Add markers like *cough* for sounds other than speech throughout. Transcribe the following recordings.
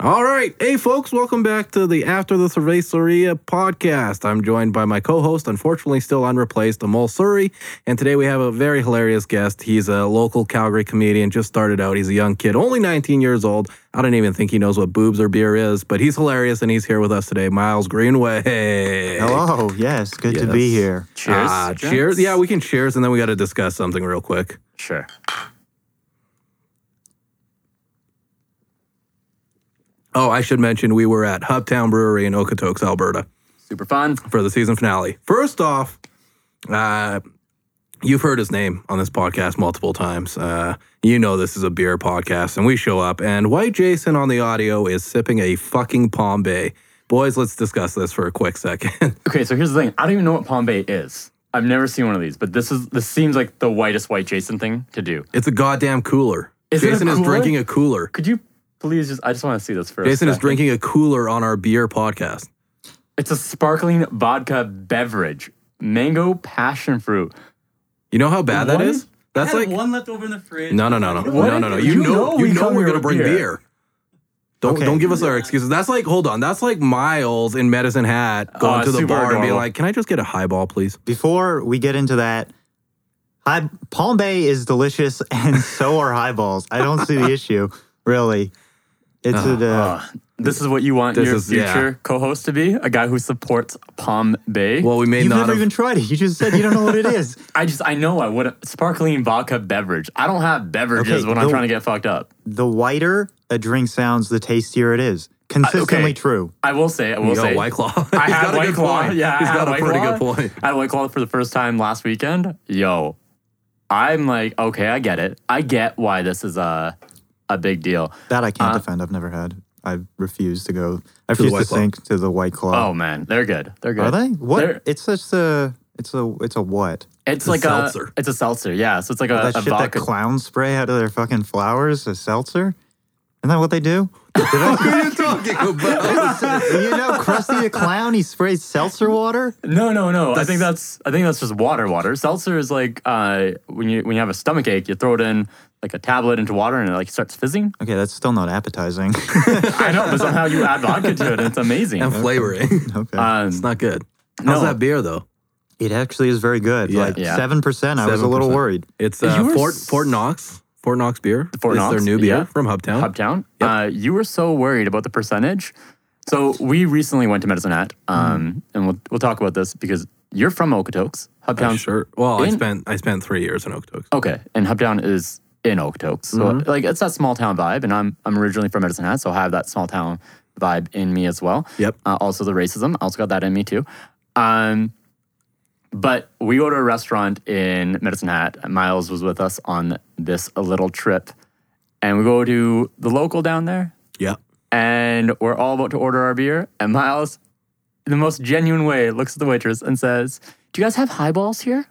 All right. Hey, folks, welcome back to the After the Cerveceria podcast. I'm joined by my co host, unfortunately still unreplaced, Amol Suri. And today we have a very hilarious guest. He's a local Calgary comedian, just started out. He's a young kid, only 19 years old. I don't even think he knows what boobs or beer is, but he's hilarious and he's here with us today, Miles Greenway. Hello. Yes. Good to be Yes. here. Cheers. Ah, cheers. Yeah, we can cheers and then we got to discuss something real quick. Sure. Oh, I should mention we were at Hubtown Brewery in Okotoks, Alberta. Super fun. for the season finale. First off, uh, you've heard his name on this podcast multiple times. Uh, you know this is a beer podcast, and we show up, and White Jason on the audio is sipping a fucking Palm Bay. Boys, let's discuss this for a quick second. *laughs* Okay, so here's the thing. I don't even know what Palm Bay is. I've never seen one of these, but this is this seems like the whitest white Jason thing to do. it's a goddamn cooler. Is it a Jason is cooler? drinking a cooler. Could you please just I just want to see this first. Jason is drinking a cooler on our beer podcast. It's a sparkling vodka beverage. Mango passion fruit. You know how bad that What? is? That's I had like one left over in the fridge. No, no, no, no, What? no, no, no. You, know, you know come we're here gonna with bring beer. beer. Don't Okay. don't give us our excuses. That's like hold on. That's like Miles in Medicine Hat going Oh, to the super bar and being adorable. like, "Can I just get a highball, please?" Before we get into that, high, Palm Bay is delicious, *laughs* and so are highballs. I don't see the issue, really. It's a, uh, Ugh. this is what you want This your is- yeah. future co-host to be? A guy who supports Palm Bay. Well, we may you've not never have. even tried it. You just said you don't know what it is. I just I know I would sparkling vodka beverage. I don't have beverages Okay, when I'm the- trying to get fucked up. The whiter a drink sounds, the tastier it is. Consistently true. I will say, I will You got say, White Claw. I *laughs* He's had got a White good Claw. point. Yeah, He's I had got a White pretty Claw. good *laughs* point. I had White Claw for the first time last weekend. Yo, I'm like, okay, I get it. I get why this is a a big deal. That I can't Uh, defend. I've never had. I refuse to go. I refuse to White Claw. sink to the white claw. Oh man, they're good. They're good. are they? What? They're- it's such a. It's a. It's a what? It's a like seltzer. a it's a seltzer. Yeah, so it's like a, that Uh, a shit that vodka. clowns spray out of their fucking flowers, a seltzer? Isn't that what they do? Did I- What *laughs* are you *laughs* talking about? you know, Krusty the Clown, he sprays seltzer water? no, no, no. I think that's I think that's just water. Water seltzer is like uh, when you when you have a stomach ache, you throw it in like a tablet into water and it like starts fizzing. *laughs* Okay, that's still not appetizing. *laughs* I know, but somehow you add vodka to it. and It's amazing. and flavoring. okay. Um, It's not good. How's No. that beer though? it actually is very good. Yeah. Like Yeah. 7%. I was a little 7%. worried. It's uh, You were Fort s- Fort Knox. Fort Knox beer. Fort is their Knox, new beer yeah. from Hubtown. Hubtown. Uh, you were so worried about the percentage. So we recently went to Medicine Hat, um, Mm. and we'll, we'll talk about this because you're from Okotoks. Uh, Hubtown. sure. Well, I In- spent I spent three years in Okotoks. Okay, and Hubtown is in Okotoks. So Mm-hmm. like it's that small town vibe, and I'm I'm originally from Medicine Hat, so I have that small town vibe in me as well. Yep. Uh, also the racism, I also got that in me too. Um, but we go to a restaurant in Medicine Hat. Miles was with us on this little trip, and we go to the local down there Yep. and we're all about to order our beer. And Miles, in the most genuine way, looks at the waitress and says, "Do you guys have highballs here?"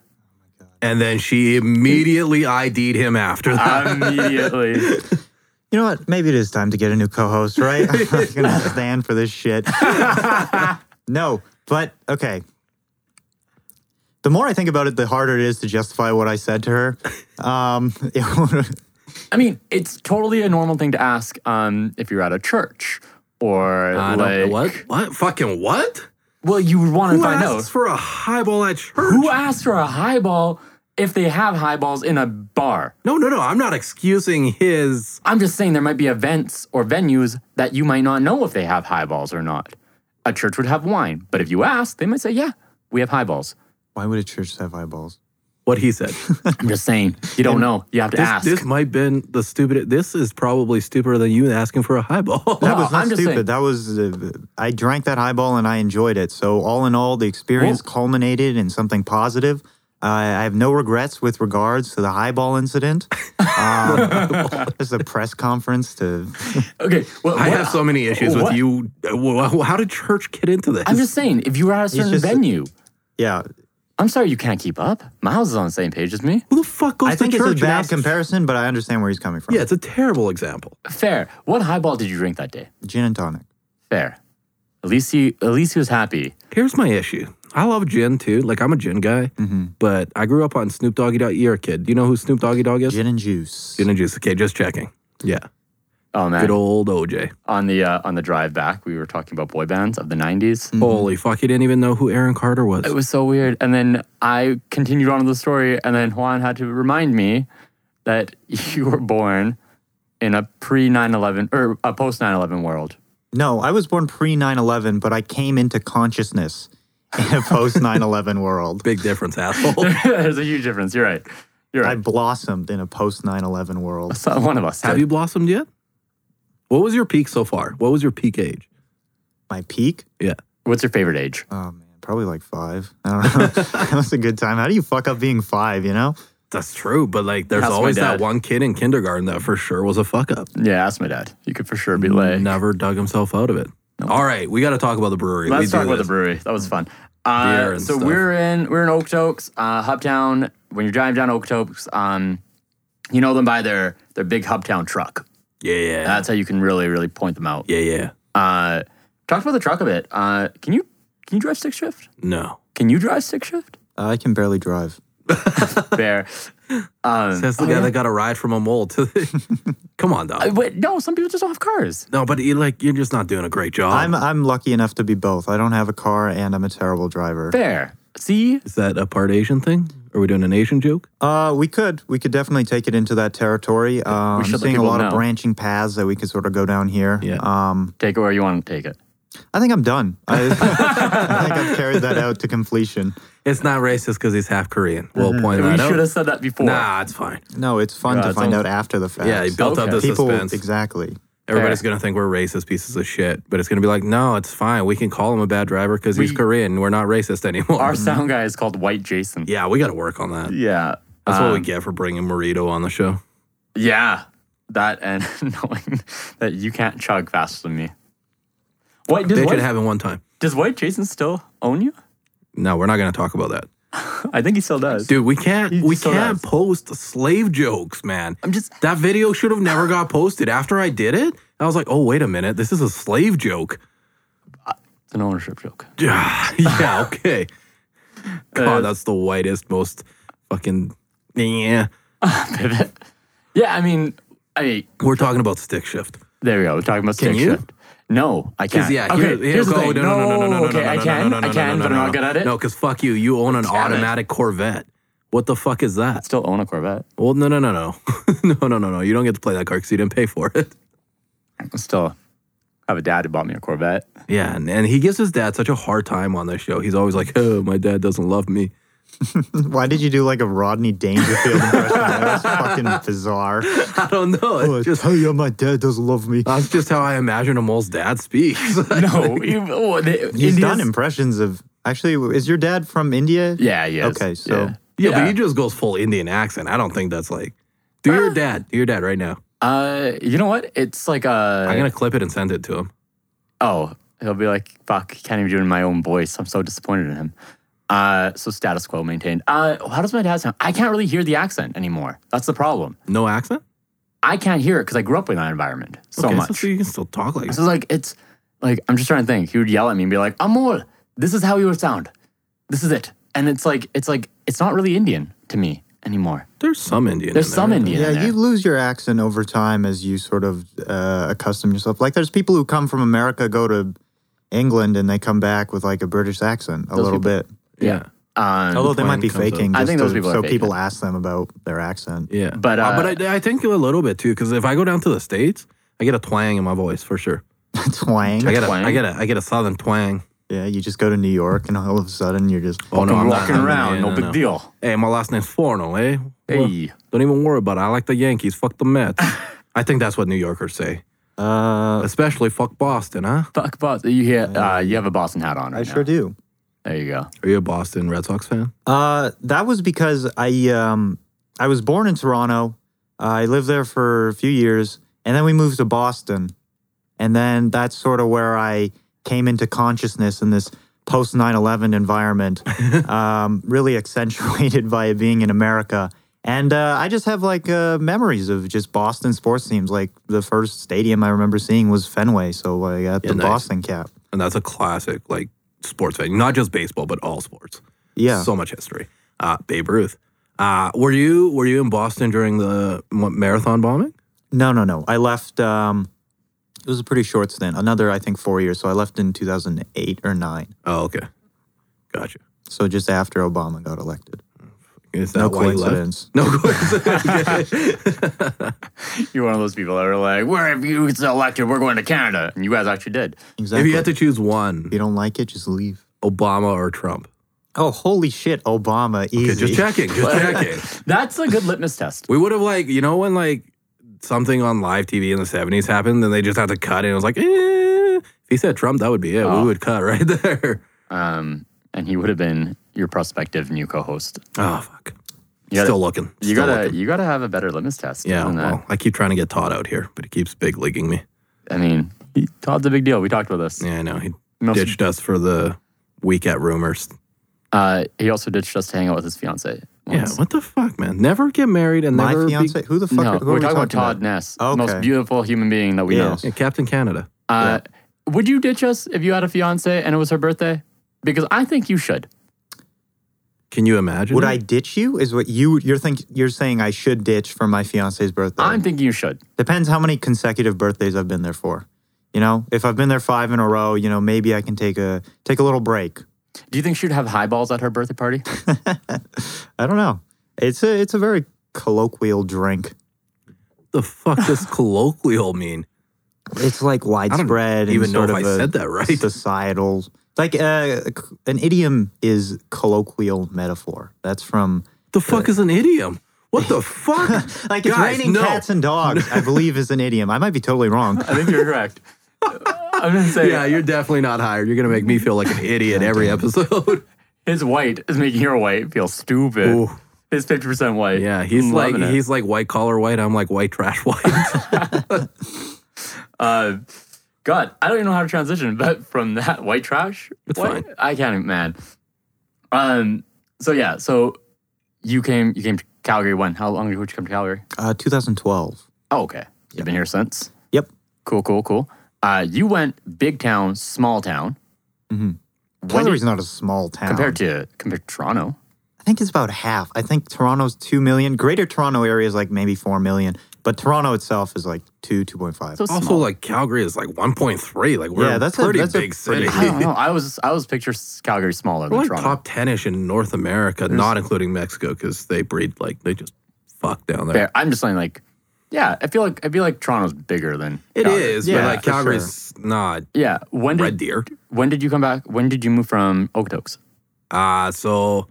And then she immediately ID'd him after that. Immediately, You know what? Maybe it is time to get a new co host, right? I'm not *laughs* going to stand for this shit. no, but okay. The more I think about it, the harder it is to justify what I said to her. Um, *laughs* it- *laughs* I mean, it's totally a normal thing to ask um, if you're at a church or I *laughs* like, don't, what? What? Fucking what? Well, you would want to Who find asks out for a highball at church? who asked for a highball if they have highballs in a bar. no, no, no. I'm not excusing his. I'm just saying there might be events or venues that you might not know if they have highballs or not. A church would have wine, but if you ask, they might say, "Yeah, we have highballs." why would a church have eyeballs? What he *laughs* said. I'm just saying, you don't know. You have to this, ask. this might been the stupid. This is probably stupider than you asking for a *laughs* highball. That No, was not I'm just stupid. saying- That was uh, I drank that highball and I enjoyed it. So all in all, the experience culminated in something positive. Uh, I have no regrets with regards to the highball incident. Um, *laughs* this is a press conference to. okay. *laughs* Well, I what- have so many issues with what- you. Wh- wh- How did church get into this? I'm just saying, if you were at a certain just- venue, Yeah, I'm sorry you can't keep up. Miles is on the same page as me. Who the fuck goes I think to it's church? a and bad asks- comparison, but I understand where he's coming from. Yeah, it's a terrible example. Fair. What highball did you drink that day? gin and tonic. Fair. At least he, at least he was happy. Here's my issue. I love gin too. Like I'm a gin guy, Mm-hmm. but I grew up on Snoop Doggy Dogg. You're a kid. Do you know who Snoop Doggy Dogg is? Gin and juice. Gin and juice. Okay, just checking. Yeah. Oh man! Good old OJ. on the uh, on the drive back, we were talking about boy bands of the '90s. Holy fuck, he didn't even know who Aaron Carter was. It was so weird. And then I continued on with the story, and then Juan had to remind me that *laughs* you were born in a pre 9 11 or a post 9 11 world. *laughs* No, I was born pre 9 11, but I came into consciousness in a post 9 11 *laughs* world. Big difference, asshole. There's a huge difference. You're right. You're I right. blossomed in a post 9 11 world. So one of us. Have did. you blossomed yet? What was your peak so far? What was your peak age? My peak? Yeah. What's your favorite age? Oh, man. Probably like five. *laughs* I don't know. that was a good time. How do you fuck up being five, you know? That's true, but like there's Ask my always that dad. one kid in kindergarten that for sure was a fuck up. Yeah, ask my dad. You could for sure be like. Never dug himself out of it. All right, we got to talk about the brewery. Let's we talk do about the this. brewery. That was fun. Beer Uh, and so stuff. we're in we're in Oaktokes, uh, Hubtown. When you're driving down Oaktokes, um, you know them by their their big Hubtown truck. Yeah, yeah. That's how you can really really point them out. yeah, yeah. Uh, talked about the truck a bit. Uh, can you can you drive stick shift? No. Can you drive *laughs* stick shift? Uh, I can barely drive. Fair. Um, That's the oh, guy yeah. that got a ride from a mole to the. *laughs* Come on, dog. Uh, But no, some people just don't have cars. No, but you like you're just not doing a great job. I'm, I'm lucky enough to be both. I don't have a car and I'm a terrible driver. Fair. See, Is that a part Asian thing? Are we doing an Asian joke? Uh, we could. We could definitely take it into that territory. Uh, I'm should let seeing a people lot of know. branching paths that we could sort of go down here. Yeah. Um, take it where you want to take it. I think I'm *laughs* done. I, I think *laughs* I've carried that out to completion. It's not racist because he's half Korean. We'll point We that out. should have said that before. Nah, it's fine. No, it's fun Yeah, to it's find almost- out after the fact. Yeah, he built up Okay. the people suspense. exactly. *laughs* Everybody's Fair. gonna think we're racist pieces of shit, but it's gonna be like, no, it's fine. We can call him a bad driver because he's We- Korean. We're not racist anymore. Our sound guy is called White Jason. *laughs* yeah, we got to work on that. Mm-hmm. Yeah. That's Um, what we get for bringing Morito on the show. Yeah, that and *laughs* knowing that you can't chug faster than me. Wait, does They White, should have him one time. does White Jason still own you? No, we're not gonna talk about that, I think he still does. dude. We can't. He We still can't does. post slave jokes, man. I'm just That video should have never got posted. After I did it, I was like, oh wait a minute, this is a slave joke. *sighs* it's an ownership joke. yeah, okay. Uh, God, Oh, that's the whitest, most fucking. Yeah, Pivot. Yeah, I mean, I mean, we're talking about stick shift. there we go. We're talking about Can stick you? shift. No, I can't. Yeah, okay, here- here here's go. the No, thing. no, no, no, no, no, no, okay, I no, no, can, no, no, I can, no, but no, I'm no. not good at it. No, because fuck you. You own an it. automatic Corvette. What the fuck is that? still own a Corvette. Well, no, no, no, no, *laughs* no, no, no, no. You don't get to play that car because you didn't pay for it. Still have a dad who bought me a *laughs* Corvette. Yeah, and, and he gives his dad such a hard time on this show. He's always like, "Oh, my dad doesn't love me." *laughs* Why did you do like a Rodney Dangerfield impression? that was *laughs* fucking bizarre. I don't know. Oh, It's I just Uh, tell you, my dad doesn't love me. that's just how I imagine a mole's dad speaks. *laughs* No, you, oh, they, He's India's- done impressions of. Actually, is your dad from India? Yeah, yeah. Okay, so- yeah, yeah, but he just goes full Indian accent. I don't think that's like. Do your dad. Do your dad right now. Uh, you know what? It's like a. I'm gonna clip it and send it to him. oh, he'll be like, "Fuck, can't even do it in my own voice." I'm so disappointed in him. Uh, so status quo maintained. Uh, how does my dad sound? I can't really hear the accent anymore. That's the problem. No accent. I can't hear it because I grew up in that environment so Okay, much. So, you can still talk like. So it's like it's like I'm just trying to think. He would yell at me and be like, "Amol, this is how you would sound. This is it." And it's like it's like it's not really Indian to me anymore. There's some Indian. There's in there. some Indian. in Yeah, there. you lose your accent over time as you sort of uh, accustom yourself. Like, there's people who come from America, go to England, and they come back with like a British accent a little bit. Yeah. Um, Although they might be comes up. faking. I Just think those to- people are so faking people ask them about their accent. Yeah. Uh, But, uh, but I, I think a little bit too, because if I go down to the states, I get a twang in my voice for sure. *laughs* Twang. I get a, twang? I get a, I get a southern twang. Yeah, you just go to New York, and all of a sudden you're just. Oh no, I'm I'm not- walking I'm not- around, yeah, no, big deal. Hey, my last name's Forno, eh? Well, Hey, don't even worry about it. I like the Yankees. Fuck the *laughs* Mets. I think that's what New Yorkers say, Uh, especially fuck Boston, huh? fuck Boston. You hear? Uh, you have a Boston hat on right I now. sure do. There you go. Are you a Boston Red Sox fan? Uh, that was because I um I was born in Toronto. Uh, I lived there for a few years, and then we moved to Boston, and then that's sort of where I came into consciousness in this post 9-11 environment, um, really accentuated by being in America. And uh, I just have like uh, memories of just Boston sports teams. Like the first stadium I remember seeing was Fenway, so I got the nice. Boston cap. And that's a classic, like sports fan, not just baseball, but all sports. Yeah, so much history. Uh, Babe Ruth. Uh, were you were you in Boston during the m- marathon bombing? No, no, no. I left. Um, it was a pretty short stint. Another, I think, four years. So I left in 2008 or nine. Oh, okay. Gotcha. So just after Obama got elected. Is that No why you left? coincidence. No coincidence. *laughs* You're one of those people that are like, "Where if you get elected, we're going to Canada," and you guys actually did. Exactly. if you had to choose one, If you don't like it, just leave. Obama or Trump. Oh, holy shit, Obama! Easy. Okay, just checking. Just checking. That's a good litmus test. We would have like you know when like something on live TV in the seventies happened, then they just had to cut, and it was like, eh. if he said Trump, that would be it. Oh. We would cut right *laughs* there. Um, and he would have been your prospective new co-host. Oh fuck. You gotta- Still looking. You Still gotta looking. you gotta have a better litmus test. Yeah, than that. well, I keep trying to get Todd out here, but he keeps big leaguing me. I mean, he, Todd's a big deal. We talked about this. Yeah, I know. He He, also, ditched us for the week at rumors. uh, he also ditched us to hang out with his fiance. Yeah, once. what the fuck, man? Never get married and My never be- fiance. Who the fuck? no, are, who we're are we talking about talking Todd about? Ness, Oh, the most okay. beautiful human being that we Yes. Yeah, Captain Canada. know. Uh, Would you ditch us if you had a fiance and it was her birthday? Because I think you should. Can you imagine? Would it? I ditch you? Is what you you're think you're saying I should ditch for my fiance's birthday? I'm thinking you should. Depends how many consecutive birthdays I've been there for. You know, if I've been there five in a row, you know, maybe I can take a take a little break. Do you think she'd have highballs at her birthday party? I don't know. It's a it's a very colloquial drink. the fuck *laughs* does colloquial mean? It's like widespread. even and know sort if of I a said that right. Societal, like uh, an idiom is colloquial metaphor. That's from The fuck is an idiom? What the fuck? *laughs* like it's Guys, raining no. cats and dogs. I believe is an idiom. I might be totally wrong. *laughs* I think you're *laughs* correct. I'm gonna say Yeah, you're definitely not hired. You're gonna make me feel like an idiot *laughs* every episode. his white is making your white feel stupid. Ooh. His fifty percent white. *laughs* Yeah, he's I'm like loving it. he's like white collar white. I'm like white trash *laughs* white. Uh, God, I don't even know how to transition, but from that white trash, It's white- fine. I can't even, man. Um, so yeah, so you came, you came to Calgary when? How long ago did you come to Calgary? Uh, 2012. Oh, okay. You've been here since. Yep. Cool, cool, cool. Uh, you went big town, small town did- Calgary's not a small town. compared to compared *laughs* to Toronto. I think it's about half. I think Toronto's two million. Greater Toronto area is like maybe four million, but Toronto itself is like two, two point five. So also, small. like Calgary is like 1.3. Like we're Yeah, a that's a- pretty that's a big city. pretty- I don't know. I was I was picture Calgary smaller We're than like Toronto. top 10ish in North America, not including Mexico, because they breed like they just fuck down there. Fair. I'm just saying like, yeah, I feel like I feel like Toronto's bigger than It Calgary. is, Yeah, but like for sure. Calgary's not Yeah. When did Red Deer. when did you come back? When did you move from Okotoks? Uh, so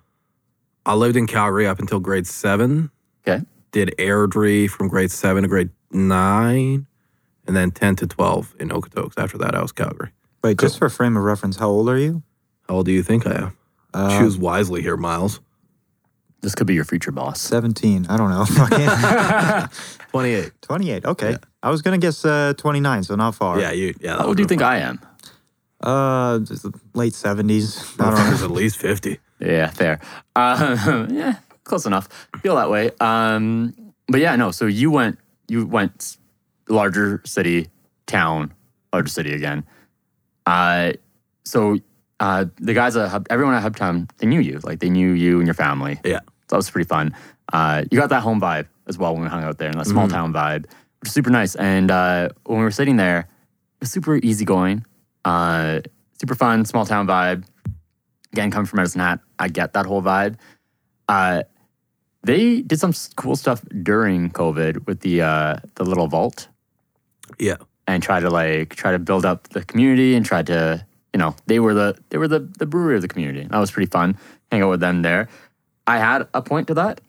I lived in Calgary up until grade seven. Okay. Did Airdrie from grade seven to grade nine, and then 10 to 12 in Okotoks. After that, I was Calgary. Wait, just for frame of reference, how old are you? How old do you think I am? Uh, Choose wisely here, Miles. This could be your *laughs* future boss. Seventeen. I don't know. *laughs* Fucking 28. Twenty-eight. Okay. I was gonna guess uh, twenty-nine, so not far. Yeah, you. Yeah. How old do you think I am? Uh, just the late *laughs* seventies. I don't know. Motherfucker's at least 50. Yeah, fair. *laughs* Uh, yeah, close enough. Feel that way. Um, but yeah, no. So you went, you went larger city, town, larger city again. Uh, so uh, the guys at Hub, everyone at Hubtown, they knew you. Like they knew you and your family. Yeah. So that was pretty fun. Uh, you got that home vibe as well when we hung out there and that small town vibe, which is super nice. And uh, when we were sitting there, it was super easygoing, uh, super fun, small town vibe. Again, coming from Medicine Hat, I get that whole vibe. Uh, they did some s- cool stuff during COVID with the uh, the little vault Yeah. and try to like try to build up the community and try to you know they were the they were the, the brewery of the community that was pretty fun hang out with them there i had a point to that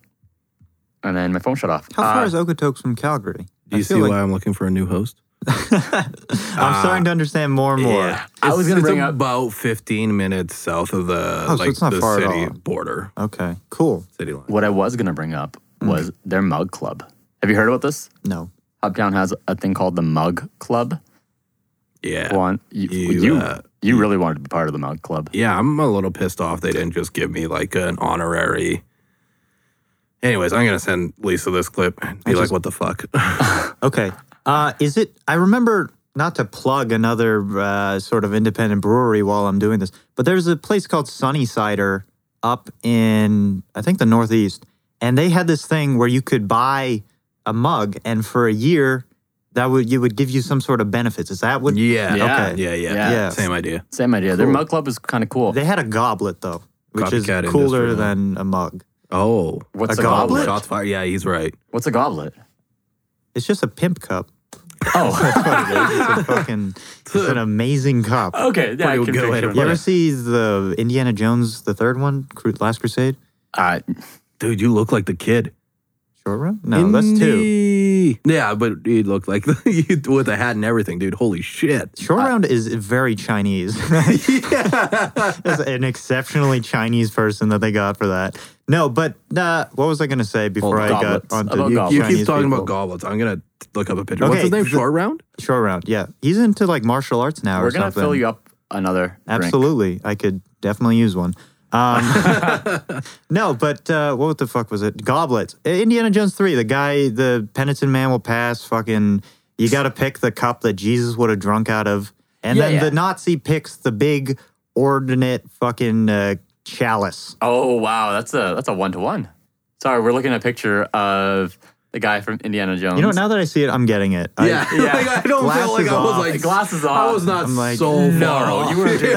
and then my phone shut off How far Uh, is Okotoks from Calgary? Do you I feel see like- why I'm looking for a new host? *laughs* I'm starting to understand more and Uh, more. I was gonna It's bring up- about 15 minutes south of the Oh, so like it's not the far at city all. border, Okay. Cool. city line. what i was going to bring up Mm. was their mug club have you heard about this No. uptown has a thing called the mug club Yeah. Juan, you You, you, you, uh, really wanted to be part of the mug club Yeah, I'm a little pissed off they didn't just give me like an honorary. Anyways, I'm gonna send Lisa this clip and be like, just- "What the fuck?" Okay. Uh, is it? I remember not to plug another uh, sort of independent brewery while I'm doing this, but there's a place called Sunny Cider up in I think the Northeast, and they had this thing where you could buy a mug, and for a year, that would you would give you some sort of benefits. Is that *laughs* what? Yeah. Yeah. Okay. Yeah, yeah. Yeah. Yeah. Same idea. Same idea. Their Cool. mug club is kind of cool. They had a goblet though, which Copycat is cooler industry, huh? than a mug. Oh. What's a a, goblet? goblet? Shots fired. Yeah, he's right. What's a *laughs* goblet? It's just a pimp cup. Oh, it's *laughs* a fucking, it's an amazing cup. *laughs* okay. Yeah, I Pretty can good way to picture put You it. ever see the Indiana Jones, the third one, Cru- Last Crusade? Uh, Dude, you look like the kid. Short run? No, that's two. Indy. Yeah, but he looked like *laughs* the, with a hat and everything, dude. Holy shit. *laughs* Short round is very Chinese. *laughs* yeah. That's an exceptionally Chinese person that they got for that. No, but uh, what was I going to say before I got goblets. onto About you, goblets. You Chinese keep talking people? about goblets. I'm going to look up a picture. What's Okay, his name? the- Short round? Short round, yeah. He's into like martial arts now we're or gonna something. fill you up another. drink. Absolutely. I could definitely use one. Um, *laughs* no, but uh, what the fuck was it? Goblets. I- Indiana Jones 3, the guy, the penitent man will pass. Fucking, you got to pick the cup that Jesus would have drunk out of. And Yeah, then yeah. the Nazi picks the big, ordinate fucking uh, chalice. Oh wow, that's a that's a one to one. Sorry, we're looking at a picture of the guy from Indiana Jones. You know, now that I see it, I'm getting it. I- Yeah. Um, *laughs* yeah. Like, I don't feel like I Glasses was off. like. Glasses I off. was not I'm like, so No, far off. you were too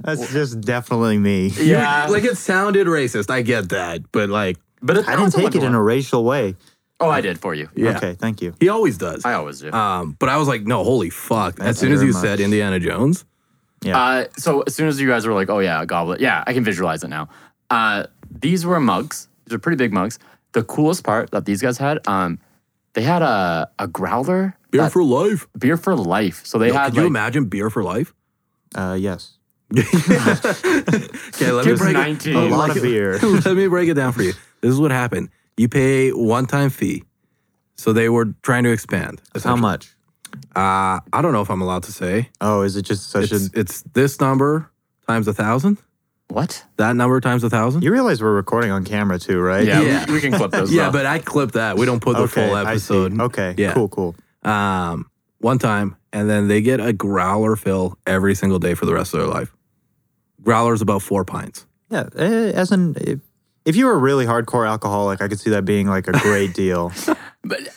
*laughs* *laughs* that's just definitely me. yeah, Like it sounded racist. I get that. But like, but it's, I didn't take it in a racial way. Oh, I did for you. yeah. Okay, thank you. He always does. I always do. Um, but I was like, no, holy fuck. Thank as soon you as very you much. said Indiana Jones, Uh, so as soon as you guys were like, "Oh yeah, a goblet," yeah, I can visualize it now. Uh, these were mugs. These are pretty big mugs. The coolest part that these guys had, um, they had a a growler beer that- for life. beer for life. So they Yo, had could you like- imagine beer for life? *laughs* *laughs* Uh, yes. Okay, let me Give break A 19. It, Oh, lot like- of *laughs* beer. let me break it down for you. This is what happened. You pay one time fee. So they were trying to expand. How much? Uh, I don't know if I'm allowed to say. Oh, is it just such a It's, it's this number times a thousand. what? That number times a thousand. You realize we're recording on camera too, right? Yeah, Yeah. We, we can clip *laughs* those. yeah, though. but I clipped that. We don't put the okay, full I see. episode. Okay. Yeah. Cool, cool. Um, one time, and then they get a growler fill every single day for the rest of their life. Growler's about four pints. Yeah. eh, As an if, if you were a really hardcore alcoholic, I could see that being like a great deal.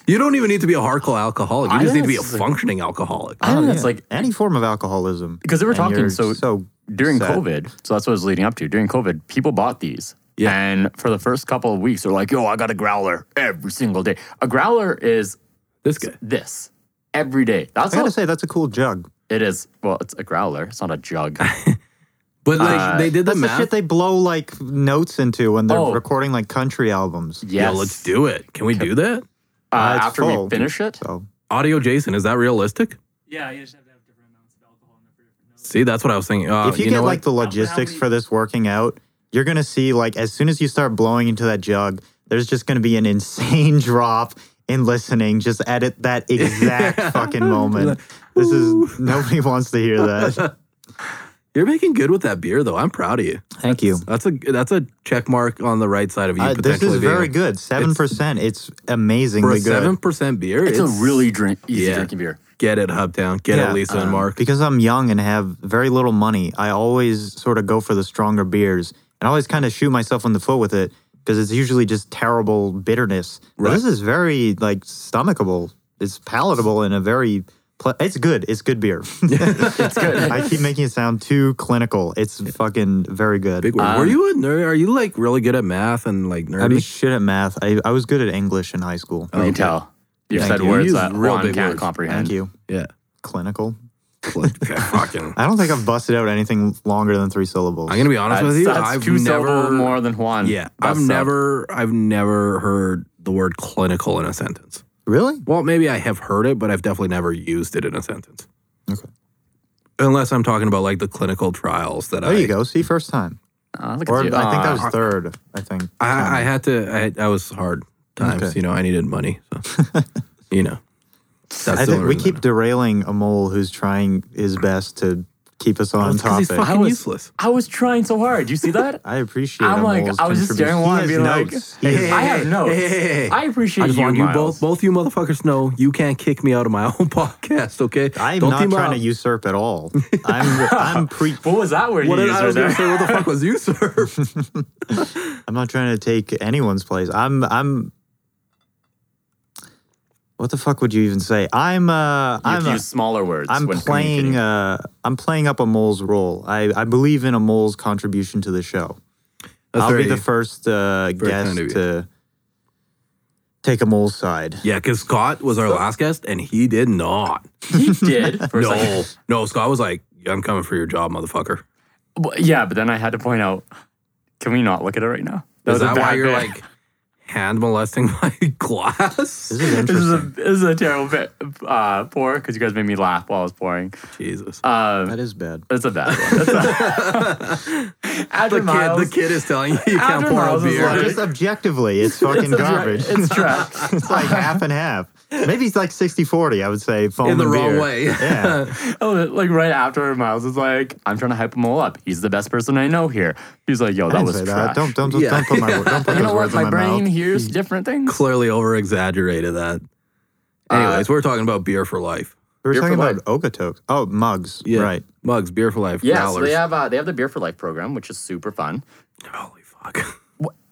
You don't even need to be a hardcore alcoholic. You I just need to be a honestly- functioning alcoholic. I don't know. Oh, It's yeah. like any form of alcoholism. Because they were And talking you're so- during Sad. COVID. So that's what I was leading up to. During COVID, people bought these. Yeah. And for the first couple of weeks, they're like, yo, I got a growler every single day. A growler is This guy. this every day. That's I gotta all say that's a cool jug. it is. Well, it's a growler. It's not a Uh, jug. But like they did the Uh, That's the, math. shit they blow like notes into when they're Oh. recording like country albums. Yeah, yes. let's do it. Can we do that? Uh, Uh, it's after full. we finish it. So Audio Jason, is that realistic? Yeah, you just have to have different amounts of alcohol in there for different notes. See, that's what I was thinking. Oh, if you, you get know like what? the logistics many- for this working out, you're gonna see like as soon as you start blowing into that jug, there's just gonna be an *laughs* insane drop in listening just at it, *laughs* that exact fucking moment. This is nobody wants to hear *laughs* that. You're making good with that beer, though. I'm proud of you. Thank you. That's a that's a check mark on the right side of you. Uh, this potentially is being very a- good. Seven percent. It's amazingly for a good. seven percent beer. It's, a really drink, easy Yeah. drinking beer. get it Hubtown, get Yeah, um, uh, it Lisa and *laughs* Mark. Because I'm young and have very little money, I always sort of go for the stronger beers and I always kind of shoot myself in the foot with it because it's usually just terrible bitterness. But Right. this is very like stomachable. It's palatable in a very ple- it's good. It's *laughs* good beer. It's *laughs* good. I keep making it sound too clinical. It's fucking very good. Big one. Um, Were you a nerd? Are you like really good at math and like nerdy? *laughs* I'm shit at math. I, I was good at English in high school. Oh, we can tell. You've Thank said you. You words used that real Juan big can't words. comprehend. Thank you. yeah. Clinical. *laughs* Okay, fucking. I don't think I've busted out anything longer than three syllables. I'm gonna be honest That's, with you. that's I've two never syllable more than Juan. Yeah, That's I've so- never I've never heard the word clinical in a sentence. really? Well, maybe I have heard it, but I've definitely never used it in a sentence. Okay. Unless I'm talking about like the clinical trials that There I you go. See, first time. Ah, look at Or I you. think that was Ah. third. I think. I, I had to. I, had- I was hard times. Okay. You know, I needed money. *laughs* So, you know, that's I the think only we reason keep derailing a mole who's trying his best to keep us I know. on It's 'cause topic. He's fucking I was- useless. I was trying so hard. You *laughs* see that? I appreciate. I'm a like- mole's I was just contribution. staring at one and He being has like, notes. hey, He has- *laughs* I have notes. I appreciate I just you, want you both, Miles. both you motherfuckers, know you can't kick me out of my *laughs* own podcast. Okay, I'm Don't not team trying up. to usurp at *laughs* all. I'm I'm pre. What was that word What you did, used I right was there? gonna *laughs* say, what the fuck was you, *laughs* sir? I'm not trying to take anyone's place. I'm I'm what the fuck would you even say? I'm uh You have I'm to a- use smaller words. I'm when playing communicating. uh I'm playing up a mole's role. I, I believe in a mole's contribution to the show. That's I'll very- be the first uh, guest kind of you. to take a mole's side. Yeah, because Scott was our last guest and he did not. he *laughs* did. For uh, a No, second. *laughs* no, Scott was like, I'm coming for your job, motherfucker. Well, yeah, but then I had to point out. Can we not look at it right now? Is was a that why bad you're bit. like hand molesting *laughs* my glass? *laughs* This is This is a interesting. this is a terrible bit uh, pour because you guys made me laugh while I was pouring. Jesus. Um, that is bad. That's a bad one. That's a- *laughs* The kid, after the Miles, kid is telling you you can't After pour a Miles is beer. like- Just objectively, *laughs* it's fucking garbage. It's *laughs* trash. it's like half and half. Maybe it's like 60-40, I would say. Foam in the and wrong beer. way. *laughs* Yeah. Oh, like right after Miles is like, "I'm trying to hype him all up. He's the best person I know here." He's like, "Yo, I that didn't was say trash." that. Don't don't don't, Yeah. don't put my wor- don't put you those know what? words My in my brain mouth. hears different things. Clearly over exaggerated that. Uh, Anyways, we're talking about beer for life. We were Beer for talking about Okotok. Oh, mugs. Yeah. Right. Mugs, beer for life. Yeah, so growlers. they have uh, they have the beer for life program, which is super fun. Holy fuck. *laughs*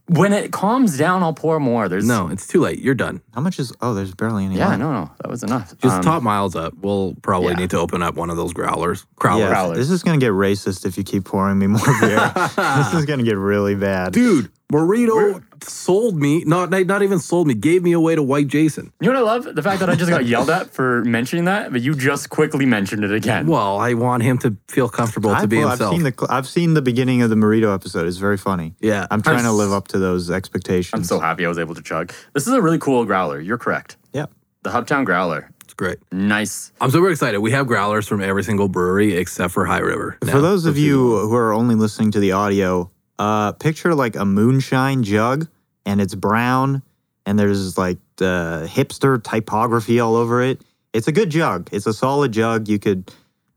When it calms down, I'll pour more. There's No, it's too late. You're done. How much is oh there's barely any yeah, left. no, no, that was enough. Just Um, top miles up. We'll probably yeah. need to open up one of those growlers. Growlers. Yeah, Growlers. this is gonna get racist if you keep pouring me more *laughs* beer. this is gonna get really bad. Dude, Morito sold me, not not even sold me, gave me away to White Jason. You know what I love? The fact that I just got yelled at for mentioning that, but you just quickly mentioned it again. Well, I want him to feel comfortable to I've, be well, I've himself. seen the cl- I've seen the beginning of the Morito episode. It's very funny. yeah. I'm trying to s- live up to those expectations. I'm so happy I was able to chug. This is a really cool growler. You're correct. Yeah. The Hubtown Growler. it's great. Nice. I'm super excited. We have growlers from every single brewery except for High River. now. For those of you who are only listening to the audio, uh, picture like a moonshine jug, and it's brown, and there's like the hipster typography all over it. It's a good jug. It's a solid jug. You could,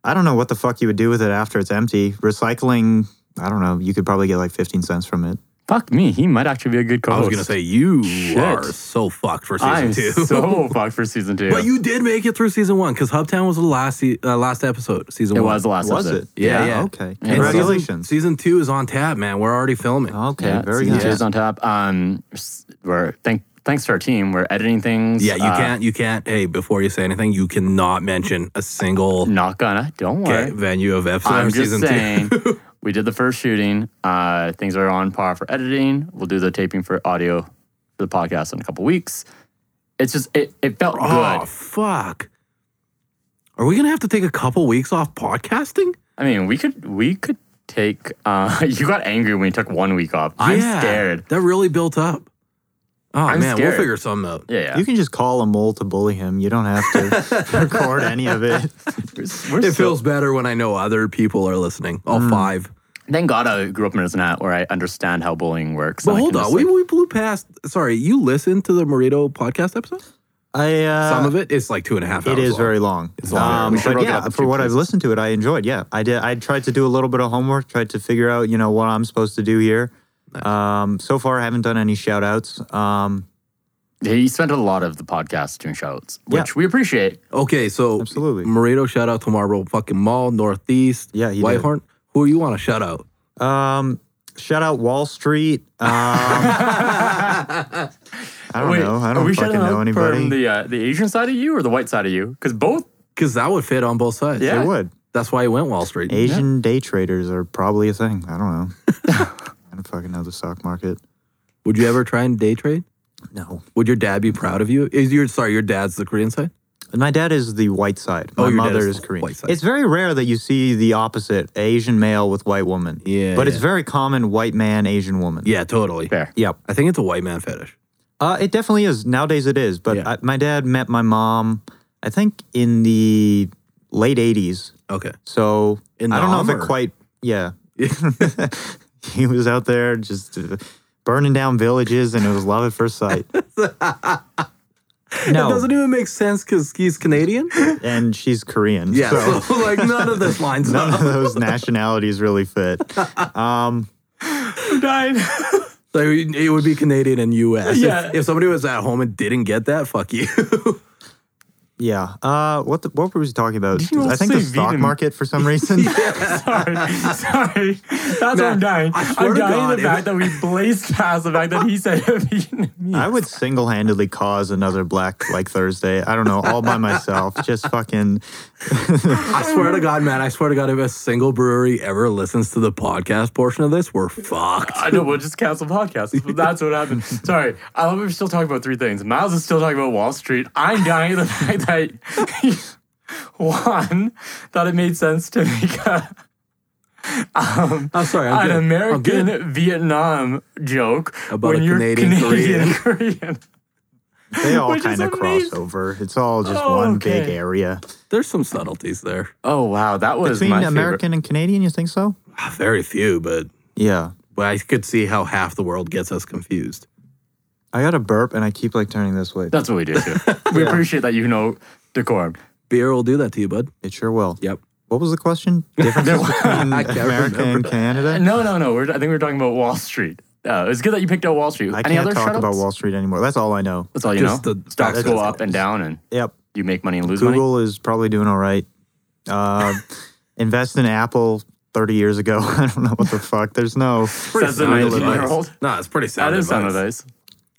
I don't know what the fuck you would do with it after it's empty. Recycling, I don't know. You could probably get like 15 cents from it. Fuck me. He might actually be a good I co-host. was gonna say you Shit. are so fucked for season I'm two. *laughs* so fucked for season two. but you did make it through season one because Hubtown was the last se- uh, last episode. Season it one was the last Was episode. it? Yeah, yeah. Okay. Yeah. And season- Congratulations. Oh, Season, two is on tap, man. We're already filming. Okay. Yeah, very season nice. two is on top. Um, s- we're thank, thanks to our team. We're editing things. Yeah, you Uh, can't. You can't. Hey, before you say anything, you cannot mention a single Not gonna. Don't worry. okay, venue of episode I'm or just season *laughs* saying. two. we did the first shooting. Uh, things are on par for editing. We'll do the taping for audio for the podcast in a couple weeks. It's just it. It felt oh good. fuck! Are we gonna have to take a couple weeks off podcasting? I mean, we could we could take. Uh, *laughs* you got angry when you took one week off. I'm Yeah, scared. That really built up. Oh I'm man, scared. we'll figure something out. Yeah, yeah. You can just call a mole to bully him. You don't have *laughs* to record any of it. We're It still- feels better when I know other people are listening. All Mm. five. Thank God I grew up in Minnesota where I understand how bullying works. But and I hold can on, just, we, like- we blew past. Sorry, you listened to the Morito podcast episode? I uh, Some of it is like two and a half hours. It is long. very long. Um, It's long. We should but look it yeah, up in for what future. I've listened to it, I enjoyed. Yeah, I did. I tried to do a little bit of homework, tried to figure out, you know, what I'm supposed to do here. Um, so far, I haven't done any shout outs. Um, he spent a lot of the podcast doing shoutouts, Yeah. which we appreciate. Okay, so Absolutely. Morito, shout out to Marlboro fucking Mall, Northeast, Yeah, he did. Whitehorn. Who you want to shout out? um, shout out Wall Street. *laughs* Um, I don't know. I are don't fucking we shouting know out anybody. From the uh, the Asian side of you or the white side of you? Because both. Because that would fit on both sides. Yeah. it would. That's why he went Wall Street. Asian day traders are probably a thing. I don't *laughs* know. I don't fucking know the stock market. Would you ever try and day trade? No. Would your dad be proud of you? Is your sorry, your dad's the Korean side? My dad is the white side. My Oh, your dad mother is is, the Korean. white side. It's very rare that you see the opposite Asian male with white woman. Yeah, But it's yeah. very common white man, Asian woman. Yeah, totally. Fair. Yep. I think it's a white man fetish. Uh, it definitely is. Nowadays it is. But Yeah. I, my dad met my mom, I think, in the late 80s. *laughs* Okay. So In I don't know if Nam, it or- quite, *laughs* yeah. *laughs* he was out there just uh, burning down villages and it was love at first sight. *laughs* It no. doesn't even make sense because he's Canadian. And she's Korean. Yeah. *laughs* so- So, like none of this lines None up. of those nationalities really fit. Um, *laughs* *laughs* So it would be Canadian and US. If- Yeah. If, somebody was at home and didn't get that, fuck you. Yeah. Uh, what the, what were we talking about? Did you all I think the say stock vegan? market *laughs* for some reason. *laughs* sorry, sorry. That's what I'm dying. I swear I'm to dying the God, if- fact that we blazed past the fact that he *laughs* said Vietnamese. I would single handedly cause another Black like Thursday. I don't know, *laughs* all by myself. Just fucking. *laughs* I swear to God, man, I swear to God, if a single brewery ever listens to the podcast portion of this, we're fucked. I know we'll just cancel podcasts. But that's what happened. Sorry, I love we're still talking about three things. Miles is still talking about Wall Street. I'm dying at the fact that *laughs* one thought it made sense to make a, um, *laughs* I'm sorry, I'm an good. I'm good. American Vietnam joke About when a you're Canadian Canadian *laughs* Korean. They all Which is kind of cross amazing. over. It's all just Oh, one big okay. area. There's some subtleties there. Oh wow, that was Between my favorite. American and Canadian, you think so? Ah, Very few, but, Yeah. but I could see how half the world gets us confused. I got a burp and I keep like turning this way. That's what we do *laughs* too. we appreciate that you know decorum. Beer will do that to you, bud. It sure will. Yep. What was the *laughs* question? *laughs* Differences between I can't America and remember. *laughs* Canada? No, No, no, no. We're, I think we were talking about Wall Street. Uh, it's good that you picked out Wall Street. I Any can't other talk shoutouts? about Wall Street anymore. That's all I know. That's all you Just know. the Stocks stock go market. up and down, and Yep. you make money and lose money. Google is probably doing all right. *laughs* Uh, invest in Apple 30 years ago. *laughs* I don't know what the fuck. There's no. Pretty Says the sound 19-year-old. advice. No, it's pretty sound That is advice. sound advice.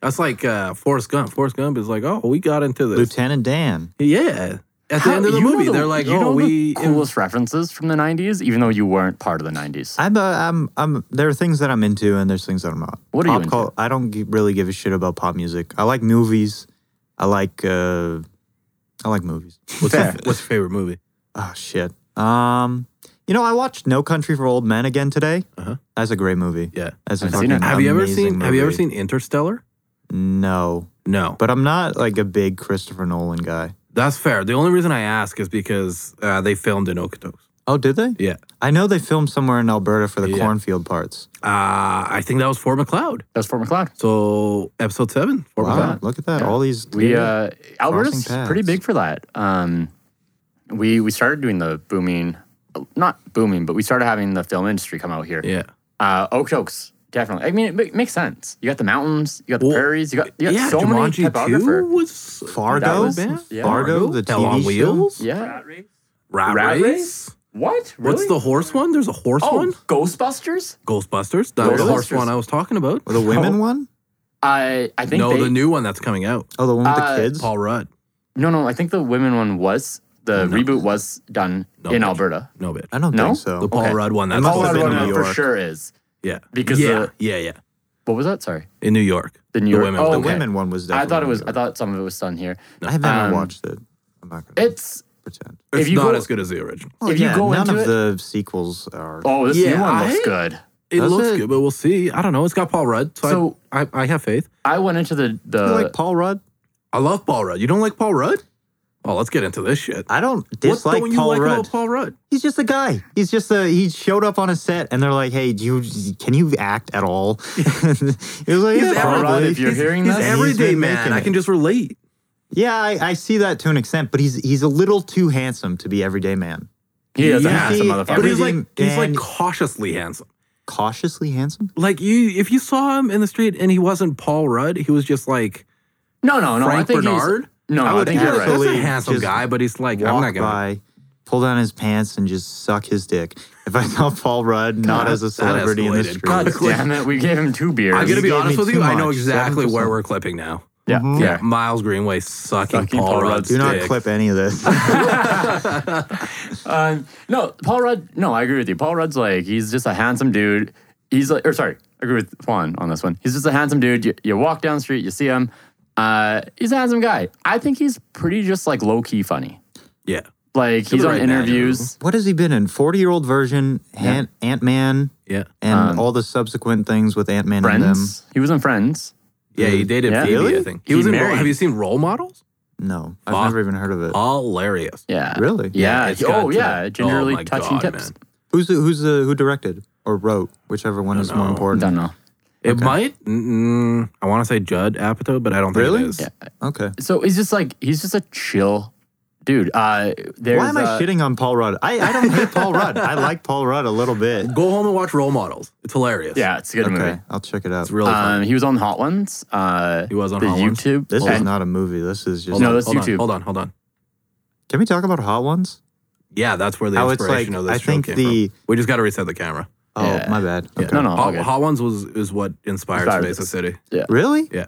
That's like uh, Forrest Gump. Forrest Gump is like, oh, we got into this. Lieutenant Dan. Yeah. At the How- end of the you know movie, they're like, you know oh, the we. coolest references from the '90s, even though you weren't part of the '90s. I'm, uh, I'm, I'm, there are things that I'm into and there's things that I'm not. What are you pop into? I don't g- really give a shit about pop music. I like movies. I like, uh, I like movies. *laughs* what's, your, what's your favorite movie? Oh, shit. Um, you know, I watched No Country for Old Men again today. Uh-huh. That's a great movie. Yeah. That's a I've fucking seen it. Have you ever amazing seen? Have you ever seen movie. Interstellar? No. No. But I'm not like a big Christopher Nolan guy. That's fair. The only reason I ask is because uh, they filmed in Okotoks. Oh, did they? Yeah. I know they filmed somewhere in Alberta for the Yeah. cornfield parts. Uh, I think that was Fort McLeod. That's Fort McLeod. So episode seven, Fort Wow, McLeod. look at that. Yeah. All these. We uh, Alberta's Crossing paths. pretty big for that. Um, we we started doing the booming, not booming, but we started having the film industry come out here. Yeah. Uh, Okotoks, definitely. I mean, it ma- makes sense. You got the mountains, you got the Well, prairies, you got, you got yeah. so Jumanji many typographer. two was Fargo? was- bad. yeah. Fargo, the Hell TV on show? Wheels. Yeah. Rat race? *laughs* Rat, Rat race. Race? What? Really? What's the horse one? There's a horse oh, one. Ghostbusters? Ghostbusters. That's the horse Ghostbusters. one I was talking about. The women one? I I think No, they, the new one that's coming out. Oh, the one with the Uh, kids? Paul Rudd. no no I think the women one was the No. reboot was done No, in bitch. Alberta. No bit. I don't No? think so. The Paul okay. Rudd one. That's The Paul Oh, also Rudd in one, New uh, York. for York. sure is. Yeah. Because yeah, the- yeah, yeah. What was that? Sorry, In New York. the New York. women- oh, the the okay. women one was I definitely. thought it was. I better. thought some of it was done here. I haven't um, watched it. I'm not going to It's pretend. It's if you not go- Oh, as good as the original. Well, if you yeah, go none into of it- the sequels are. oh, this Yeah, new one I- looks good. It Does looks it? good, but we'll see. I don't know. It's got Paul Rudd, so, I- So- I, I, have faith. I went into the the you like Paul Rudd? I love Paul Rudd. You don't like Paul Rudd? Oh, let's get into this shit. I don't dislike don't you Paul like Rudd. about Paul Rudd? He's just a guy. He's just a. He showed up on a set, and they're like, "Hey, do you can you act at all?" *laughs* he was like, He's "Yeah, Paul Rudd, probably." if you're He's- hearing he's And this? he's everyday been man. making I it. can just relate. Yeah, I, I see that to an extent, but he's he's a little too handsome to be everyday man. he is a Yeah. handsome See, But motherfucker. he's like Everything he's like and- cautiously handsome. Cautiously handsome. Like you, if you saw him in the street and he wasn't Paul Rudd, he was just like No, no, no. I Frank think he's- Bernard. No, no, I, would think you're right. That's a absolutely handsome just guy, but he's like, Walk I'm not gonna. by, pull down his pants, and just suck his dick. If I saw Paul Rudd not as a that celebrity in the escalated street, God quickly. Damn it, we gave him two beers. I'm You gonna be gave me honest with too you. I know much, exactly where 7%. we're clipping now. yeah, Yeah, yeah. Miles Greenway sucking, Sucking Paul, Paul Rudd's Rudd's do not dick. clip any of this. *laughs* Um, no, Paul Rudd. No, I agree with you. Paul Rudd's like he's just a handsome dude. He's like, or sorry, I agree with Juan on this one. He's just a handsome dude. You, you walk down the street, you see him. Uh, he's a handsome guy. I think he's pretty just like low key funny. Yeah, Like he's the on right man, interviews. what has he been in? Forty-year-old version, Ant Ant Man, yeah, and Um, all the subsequent things with Ant Man and them. Friends. He was on Friends. yeah. He dated Yeah. Phoebe, I Really? think. He, He was in. Role, married- have you seen Role Models? No, Fuck. I've never even heard of it. Hilarious. Yeah. Really? Yeah, Yeah. it's got oh to- yeah. Gingerly Oh, my touching God, tips. man. Who's the, who's the, who directed or wrote? Whichever one is more know. important. Don't know. It might. Mm, I want to say Judd Apatow, but I don't think Really? it is. Yeah. Okay. So he's just like he's just a chill dude. Uh, there's, Why am I uh, shitting on Paul Rudd? I, I don't hate Paul Rudd. *laughs* I like Paul Rudd a little bit. Go home and watch Role Models. It's hilarious. Yeah, it's a good Okay, movie. I'll check it out. it's really Um, fun. he was on Hot Ones. Uh, He was on the Hot Ones. YouTube. This and- is not a movie. This is just Hold no, on, that's hold on, YouTube. hold on, hold on. Can we talk about hot ones? Yeah, that's where the How it's inspiration like- of this I show think came the- from. We just got to reset the camera. Oh, Yeah. my bad. Yeah. Okay. No, no, all Hot, good. Hot Ones was is what inspired, Inspired Space this. City. Really? Yeah,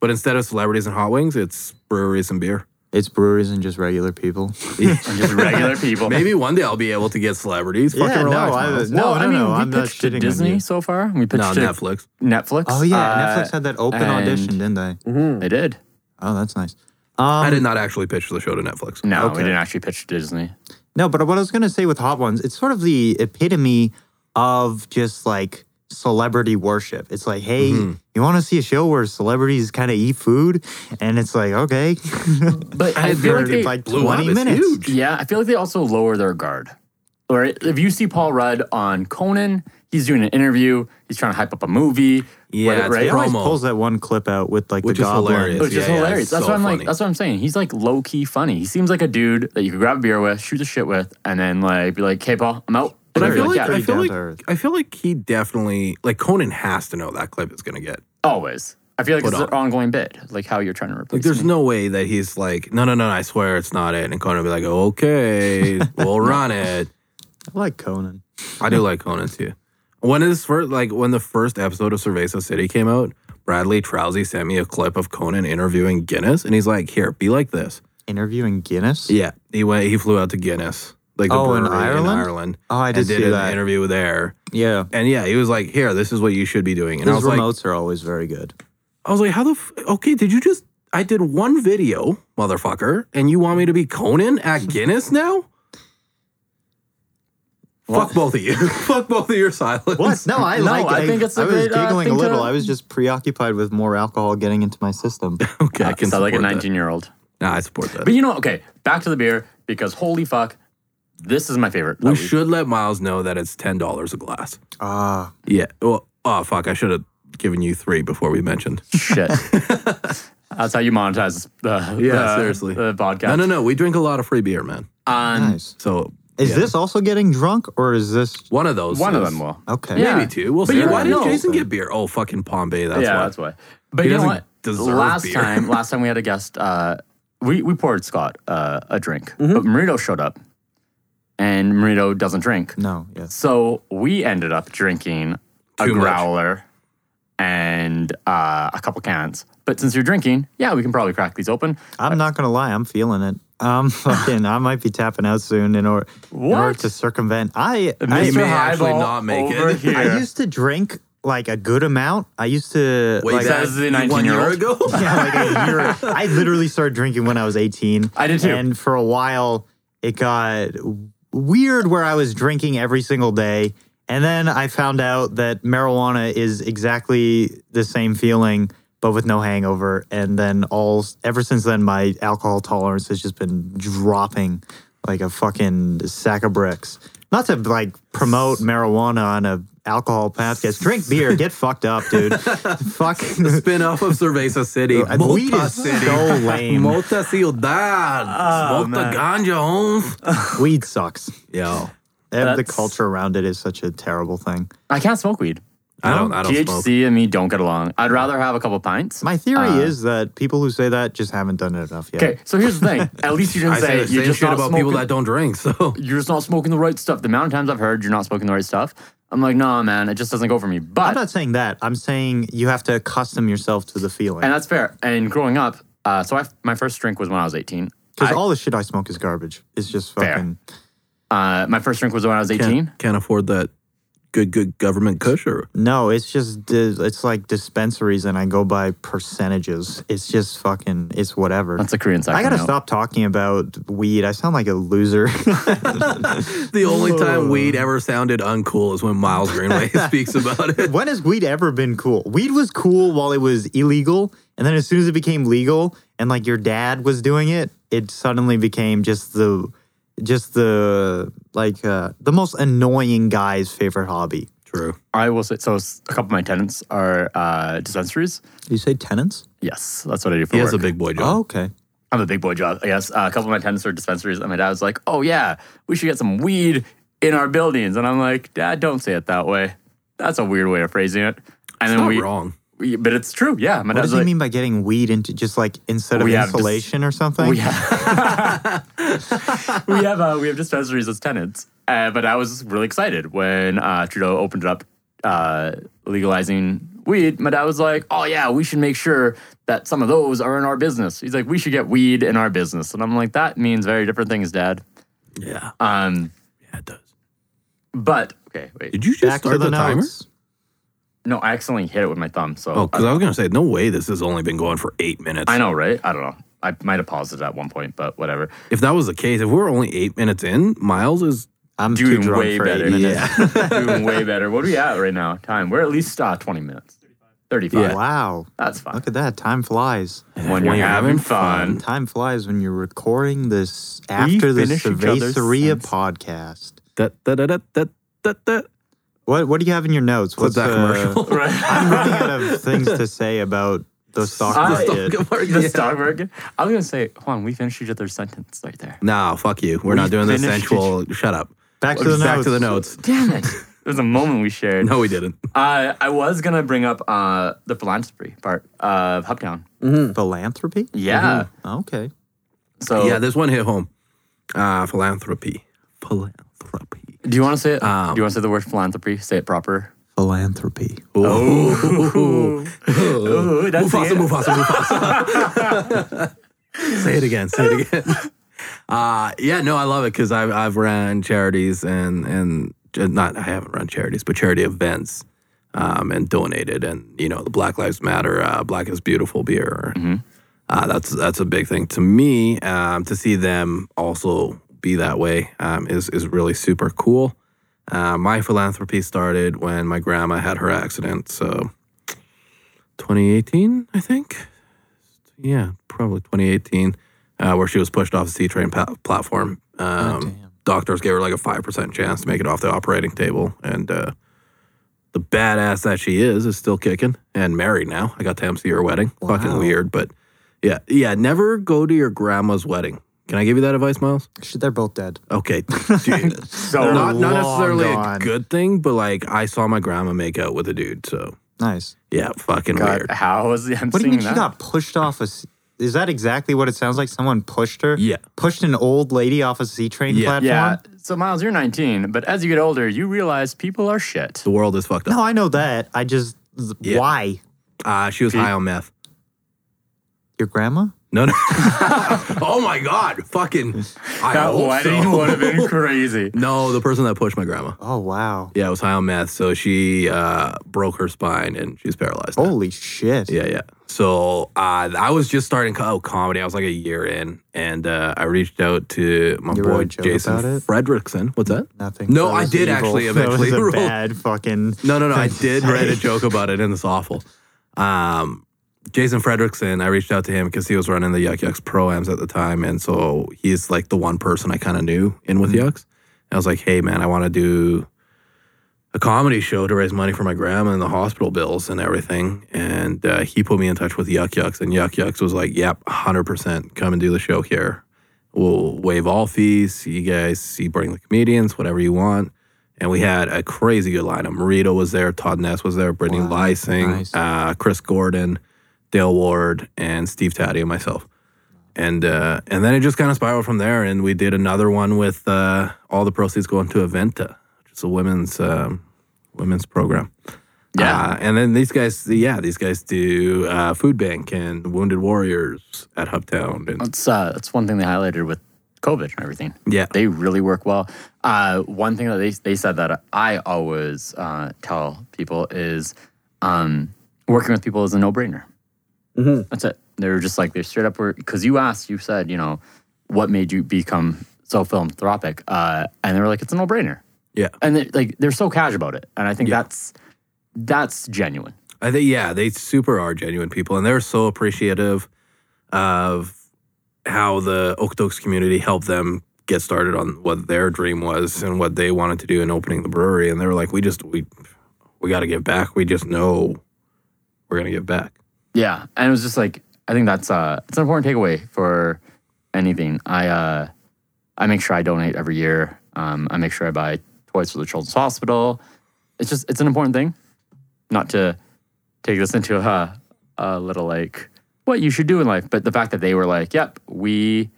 but instead of celebrities and hot wings, it's breweries and beer. It's breweries and just regular *laughs* people. just *laughs* regular people. Maybe one day I'll be able to get celebrities. Fucking yeah, relax. no, I Miles. was, no, well, no, I mean, no, we I'm not pitched to shitting on Disney you. so far. We no pitched to Netflix. Netflix. Oh yeah, Uh, Netflix had that open and- audition, didn't they? They did. Oh, that's nice. I Um, did not actually pitch the show to Netflix. No, Okay. we didn't actually pitch to Disney. No, but what I was gonna say with Hot Ones, it's sort of the epitome of just like celebrity worship. It's like, hey, you want to see a show where celebrities kind of eat food, and it's like, okay, *laughs* But I I feel like barely they, like blew up. twenty It's minutes. huge. yeah, I feel like they also lower their guard. Or if you see Paul Rudd on Conan, he's doing an interview. He's trying to hype up a movie. Yeah, whether- it's He right. always Promo. pulls that one clip out with like Which the is goblin. hilarious. Which is Yeah, yeah, hilarious. it's that's so what I'm funny. like. That's what I'm saying. He's like low key funny. He seems like a dude that you could grab a beer with, shoot the shit with, and then like be like, "Hey, Paul, I'm out." But I And feel you're like, yeah, I pretty feel down like to earth. I feel like he definitely like Conan has to know that clip is gonna get. always. I feel like Put it's an on. ongoing bit, like how you're trying to Like replace. there's me. no way that he's like, no, no, no, I swear it's not it. And Conan will be like, okay, *laughs* we'll run it. I like Conan. I do like Conan too. When this first, like when the first episode of Cerveza City came out, Bradley Trousey sent me a clip of Conan interviewing Guinness, and he's like, "Here, be like this." Interviewing Guinness. Yeah, he went. He flew out to Guinness, like the Oh, in brewery Ireland? Ireland. Oh, I did and did see an that. interview there, yeah, and yeah, he was like, "Here, this is what you should be doing." And I those was like, remotes are always very good. "I was like, how the f- okay? Did you just? I did one video, motherfucker, and you want me to be Conan *laughs* at Guinness now?" Fuck both of you. *laughs* Fuck both of your silence. What? No, I No, like. I think it's a I was good, uh, giggling thing a to- little. I was just preoccupied with more alcohol getting into my system. *laughs* Okay, I I can sound Ah, like a support that. 19 year old. Nah, I support that. But you know, okay, back to the beer because holy fuck, this is my favorite. that we *laughs* we- should let Miles know that it's ten dollars a glass. *laughs* Ah, Yeah. Well, oh fuck, I should have given you three before we mentioned. *laughs* shit. That's how you monetize the Yeah, the- seriously. the podcast. No, no, no. We drink a lot of free beer, man. Um, nice. So Is yeah. this also getting drunk, or is this one of those? one of is- them will. okay? Maybe Yeah. two. We'll But see. you Why don't did know. Jason get beer? Oh, fucking Pompeii. That's yeah, why. that's why. But He you know doesn't what? deserve last beer. *laughs* time, last time we had a guest, uh, we we poured Scott uh, a drink, Mm-hmm. but Marito showed up, and Marito doesn't drink, No, yes. so we ended up drinking a Too much. growler and uh, a couple cans. But since you're drinking, yeah, we can probably crack these open. I'm not gonna lie, I'm feeling it. Um, *laughs* fucking, I might be tapping out soon in order, in order What? to circumvent. I, He I, may actually Highball not make over it. here. I used to drink like a good amount. I used to Wait, like, that Says the one year 19-year-old. ago. *laughs* *laughs* yeah, like a year. I literally started drinking when I was 18. I did too. And for a while, it got weird where I was drinking every single day. And then I found out that marijuana is exactly the same feeling, but with no hangover. And then all ever since then, my alcohol tolerance has just been dropping like a fucking sack of bricks. Not to like promote marijuana on a alcohol podcast. Drink beer, get fucked up, *laughs* dude. Fuck *laughs* Spin off of Cerveza City. uh, weed Mota is City. so *laughs* lame. Mota *laughs* Ciudad. Oh, Smoke the ganja home. weed sucks. Yo. And the That's- culture around it is such a terrible thing. I can't smoke weed. I don't, I don't THC smoke. and me don't get along. I'd rather have a couple pints. My theory is that people who say that just haven't done it enough yet. Okay, so here's *laughs* the thing. At least you didn't I say the you're same just shit not about smoking. people that don't drink. So you're just not smoking the right stuff. The amount of times I've heard you're not smoking the right stuff, I'm like, nah, man, it just doesn't go for me. But I'm not saying that. I'm saying you have to accustom yourself to the and feeling. that's fair. And growing up, uh, so I my first drink was when I was 18. Because all the shit I smoke is garbage. It's just Fair. fucking. Uh, my first drink was when I was 18. Can't, can't afford that good, good government kush or *laughs* No, it's just di- it's like dispensaries, and I go by percentages. It's just fucking. It's whatever. That's a Korean I section. gotta note. stop talking about weed. I sound like a *laughs* loser. *laughs* The only time weed ever sounded uncool is when Miles *laughs* Greenway speaks about *laughs* it. when has weed ever been cool? Weed was cool while it was illegal, and then as soon as it became legal, and like your dad was doing it, it suddenly became just the, just the like uh, the most annoying guy's favorite hobby. True. I will say, so s- a couple of my tenants are uh, dispensaries. Do you say tenants? Yes, that's what I do for He work. has a big boy job. Oh, okay. I'm a big boy job, I guess. Uh, a couple of my tenants are dispensaries, and my dad was like, "Oh yeah, we should get some weed in our buildings." And I'm like, "Dad, don't say it that way. That's a weird way of phrasing it." It's And then not we wrong. we- but it's true. Yeah, my What dad's does he like, mean by getting weed into just like instead of We have dis- insulation or something? we have *laughs* we have uh, we have dispensaries as tenants. Uh, but I was really excited when uh, Trudeau opened it up, uh, legalizing weed. My dad was like, "Oh yeah, we should make sure that some of those are in our business." He's like, "We should get weed in our business," and I'm like, "That means very different things, Dad." Yeah, Um, yeah, it does. but okay, wait. Did you just Back start to the, the, timer? notes. No, I accidentally hit it with my thumb. So Oh, because I was gonna say, no way, this has only been going for eight minutes. I know, right? I don't know. I might have paused it at one point, but whatever. If that was the case, if we're only eight minutes in, Miles is I'm too Doing drunk way for better. eight. Than Yeah. this. *laughs* Doing way better. What are we at right now? Time. We're at least uh, 20 minutes. 35. Yeah. Wow. That's fine. Look at that. Time flies. When you're having fun. Time flies when you're recording this after the finish each other's Cerveceria sentences. podcast. that that that that that *laughs* that. What What do you have in your notes? uh, What's that commercial? Right. I'm running out *laughs* of things to say about the stock I- market. the stock market. I was going to say, Juan, we finished each other's sentence right there. No, fuck you. We're not We doing this finished sensual. Shut up. Back to the Back notes. to the notes. Damn *laughs* it. There's a moment we shared. No, we didn't. I, I was going to bring up uh, the philanthropy part of Hubtown. Mm. Philanthropy. Mm-hmm. Yeah. Okay. So, Yeah, this one hit home. Uh, philanthropy. Philanthropy. do you want to say it? Um, do you want to say the word philanthropy? Say it proper. Philanthropy. Oh. Ooh, that's Mufasa, it. Mufasa, Mufasa. *laughs* say it again. Say it again. Uh, yeah, no, I love it because I've I've run charities and and uh, not I haven't run charities, but charity events, um, and donated and you know the Black Lives Matter, uh, Black is Beautiful beer. Uh, that's that's a big thing to me. Um, to see them also be that way um, is is really super cool. Uh, my philanthropy started when my grandma had her accident, so 2018, I think. Yeah, probably 2018, uh, where she was pushed off the C train pa- platform. Um, doctors gave her like a 5% chance to make it off the operating table. And uh, the badass that she is is still kicking and married now. I got to MC her wedding. Fucking Wow. weird, but yeah, yeah, never go to your grandma's wedding. Can I give you that advice, Miles? Shit, They're both dead. Okay. *laughs* dude. *laughs* So, not, not necessarily Oh, Long gone. a good thing, but like I saw my grandma make out with a dude. So Nice. yeah, fucking God, weird. how is I'm What do you seeing mean that? she got pushed off a? s- Is that exactly what it sounds like? Someone pushed her. Yeah. Pushed an old lady off a C train Yeah. platform. Yeah. So Miles, you're 19, but as you get older, you realize people are shit. The world is fucked up. No, I know that. I just th- Yeah. why Uh, she was high on meth. your grandma? No, *laughs* no. oh my god, fucking. I That hope wedding so. would have been crazy. *laughs* No, the person that pushed my grandma. Oh wow! Yeah, it was high on meth, so she uh, broke her spine and she's paralyzed. now. Holy shit! Yeah, yeah. So uh, I was just starting co- oh, comedy. I was like a year in, and uh, I reached out to my You wrote boy a joke Jason about it? Fredrickson. What's that? Nothing. No, That I was did evil. actually *laughs* That was eventually *laughs* a roll. bad fucking. No, no, no. I did write a joke about it, and it's awful. Um, Jason Fredrickson, I reached out to him because he was running the Yuck Yucks Pro-Ams at the time. And so he's like the one person I kind of knew in with Yucks. And I was like, hey, man, I want to do a comedy show to raise money for my grandma and the hospital bills and everything. And uh, he put me in touch with Yuck Yucks. And Yuck Yucks was like, yep, 100% come and do the show here. We'll waive all fees. You guys, you bring the comedians, whatever you want. And we had a crazy good lineup. Marito was there, Todd Ness was there, Brittany Wow, Lysing, nice. uh, Chris Gordon, Dale Ward, and Steve Taddy and myself. And uh, and then it just kind of spiraled from there. And we did another one with uh, all the proceeds going to Aventa, which is a women's um, women's program. *laughs* Yeah. Uh, and then these guys, yeah, these guys do uh, Food Bank and Wounded Warriors at Hubtown. And That's uh, that's one thing they highlighted with COVID and everything. yeah, They really work well. Uh, one thing that they, they said that I always uh, tell people is um, working with people is a no brainer. Mm-hmm. That's it. They were just like, they straight up were, because you asked, you said, you know, what made you become so philanthropic? Uh, and they were like, it's a no brainer. yeah. and they, like they're so casual about it and i think Yeah. that's that's genuine I think yeah, they super are genuine people, and they're so appreciative of how the Okotoks community helped them get started on what their dream was and what they wanted to do in opening the brewery. And they were like, "We just we we got to give back. We just know we're gonna give back." yeah and it was just like i think that's uh it's an important takeaway for anything i uh i make sure i donate every year um i make sure i buy toys for the children's hospital it's just it's an important thing not to take this into a, a little like what you should do in life. But the fact that they were like, yep, we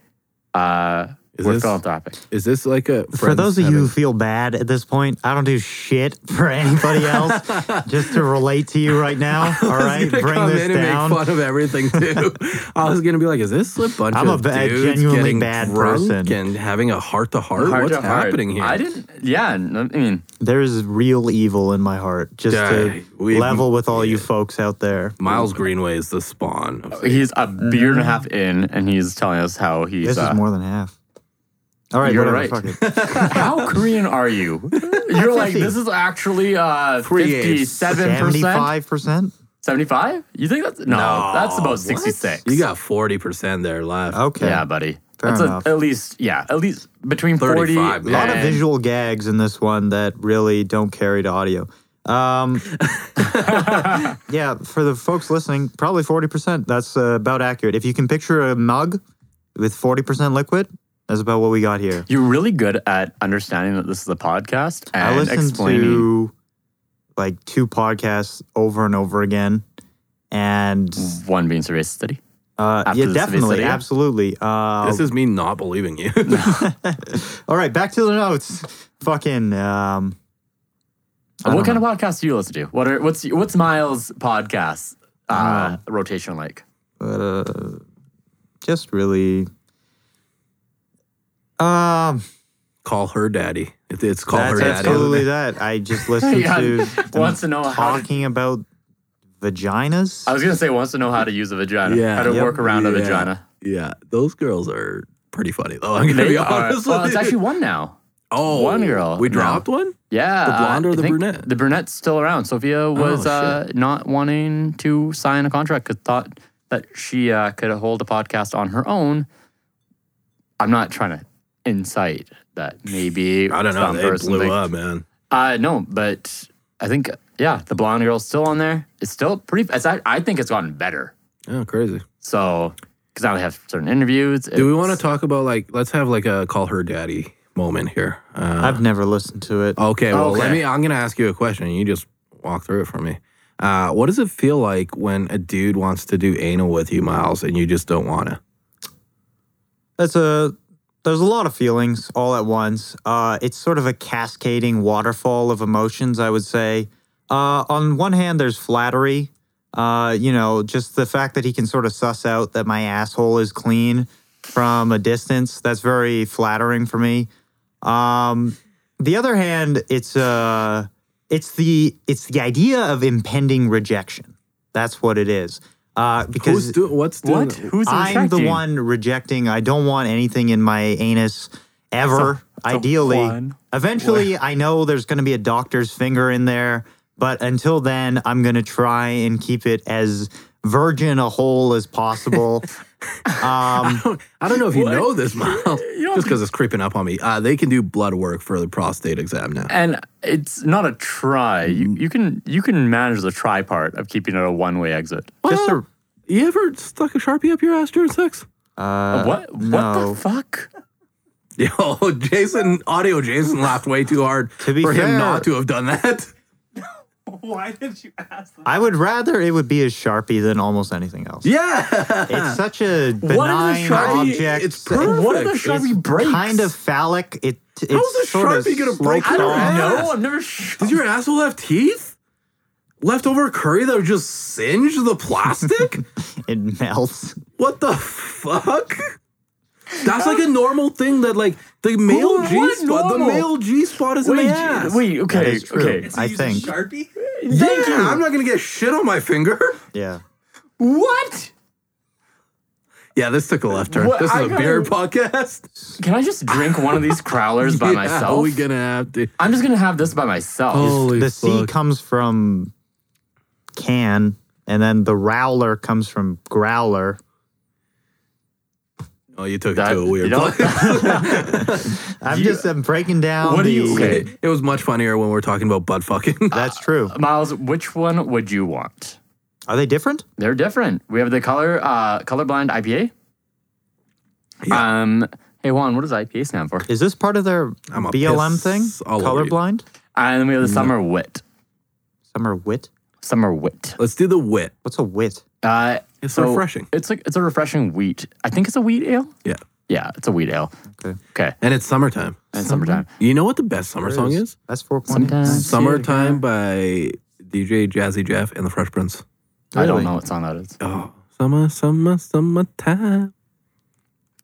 uh, Is we're this- philanthropic. Is this like a For friends those of you having- who feel bad at this point, I don't do shit for *laughs* anybody else. just to relate to you right now, *laughs* all right? gonna Bring come this in and down. make fun of everything *laughs* too. I was gonna be like, is this a bunch I'm a of ba- dudes genuinely getting bad drunk person. and having a heart to heart? Hard What's to hard. happening here? I didn't. Yeah, n- I mean, There is real evil in my heart. Just Yeah, to we- level with all you folks out there. Miles Greenway is the spawn. Of he's a beer Mm-hmm. and a half in, and he's telling us how he's. This uh, is more than half. All right, You're whatever, *laughs* right. fuck it. How Korean are you? You're like, Fifty. this is actually uh, Three eighths. 57%. 75%? 75? You think that's no, that's about 66. You got forty percent there left. Okay. Yeah, buddy. Fair that's a- enough. at least, yeah, at least between 40 35, A lot of and- visual gags in this one that really don't carry to audio. Um, yeah, for the folks listening, probably 40%. That's uh, about accurate. If you can picture a mug with 40% liquid, that's about what we got here. *laughs* You're really good at understanding that this is a podcast I and listened explaining. to like two podcasts over and over again. And one being Survey City. uh, Mm. After yeah, the definitely, Civicity, yeah. absolutely. Uh, This is me not believing you. *laughs* *laughs* all right, back to the notes. Fucking. Um, I don't What kind of podcast do you listen to? What are what's what's Miles' podcast uh, rotation like? uh, just really um call her daddy. It- It's call that's her daddy. absolutely that i *laughs* just listened Yeah, to them wants to know how to- talking about vaginas I was gonna say wants to know how to use a vagina, Yeah. how to Yep. work around a Yeah. vagina. *laughs* Yeah, those girls are pretty funny though. *laughs* I'm gonna be honest. with Well, Oh, it's you. actually one now. oh, one girl We now. dropped one. Yeah, The blonde uh, or I the think brunette? Oh, The brunette's still around. Sophia was shit. uh, not wanting to sign a contract because thought that she uh, could hold a podcast on her own. I'm not trying to incite that. *sighs* Maybe I don't know. some They person blew thinks- up, man. Uh, no, but I think yeah, the blonde girl's still on there. It's still pretty. It's, I, I think it's gotten better. Oh, crazy. So because now they have certain interviews. Do we want to talk about like? Let's have like a call her daddy moment here. Uh, i've never listened to it Okay, well, let Okay. me. I'm gonna ask you a question. and You just walk through it for me. Uh, what does it feel like when a dude wants to do anal with you, Miles, and you just don't want to? that's a there's a lot of feelings all at once uh it's sort of a cascading waterfall of emotions i would say uh on one hand there's flattery uh you know just the fact that he can sort of suss out that my asshole is clean from a distance that's very flattering for me um the other hand it's uh it's the it's the idea of impending rejection that's what it is uh because Who's doing? What's doing? What? Who's I'm the attracting? one rejecting. I don't want anything in my anus ever. ideally, one. eventually, I know there's going to be a doctor's finger in there, but until then, I'm going to try and keep it as virgin a hole as *laughs* possible. um, I don't know if *laughs* you know this, Miles, don't just because it's creeping up on me. Uh, they can do blood work for the prostate exam now. And it's not a try. You, Mm-hmm. you can you can manage the try part of keeping it a one way exit. just a, You ever stuck a sharpie up your ass during sex? uh, what what no. the fuck? *laughs* Yo, Jason, audio Jason laughed way too hard To be for him fair- not *laughs* to have done that. Why did you ask that? I would rather it would be a sharpie than almost anything else. *laughs* Yeah, It's such a What benign is a Sharpie? object. It's perfect. What are the Sharpie breaks? Kind of phallic. It, it's is a sort of Sharpie gonna break sloped I don't off. know. No, I've never. Sh- Does your asshole have teeth? Leftover curry that would just singe the *laughs* plastic? It melts. what the fuck? That's like a normal thing that like the male what G spot. The normal? male G spot is in wait, the ass. wait, That okay, is true. okay. I use a think. Uh, Sharpie? yeah, I'm not gonna get shit on my finger. Yeah. What? *laughs* Yeah, this took a left turn. What? this is I a gotta- beer podcast. *laughs* Can I just drink one of these crowlers *laughs* by Yeah, myself? we gonna have to? Oh, I'm just gonna have this by myself. Holy the C fuck! comes from can, and then the rowler comes from growler. Oh, you took That- it to a weird you know- place. *laughs* *laughs* I'm just I'm breaking down What do the. you- okay. it was much funnier when we were talking about butt fucking. *laughs* *laughs* That's true. Miles, which one would you want? Are they different? They're different. We have the color uh, colorblind IPA. Um, hey Juan, what does IPA stand for? Is this part of their I'm a BLM piss thing? all over you. Colorblind? Mm. And then we have the summer wit. Summer wit. Some are wit. Let's do the wit. What's a wit? Uh, It's so refreshing. It's like it's a refreshing wheat. I think it's a wheat ale. Yeah. Yeah, it's a wheat ale. Okay. Okay, And it's summertime. and summertime. You know what the best summer song is? That's 4.8. Sometimes Summertime by DJ Jazzy Jeff and the Fresh Prince. I don't Really? know what song that is. Oh, summer, summer, summertime.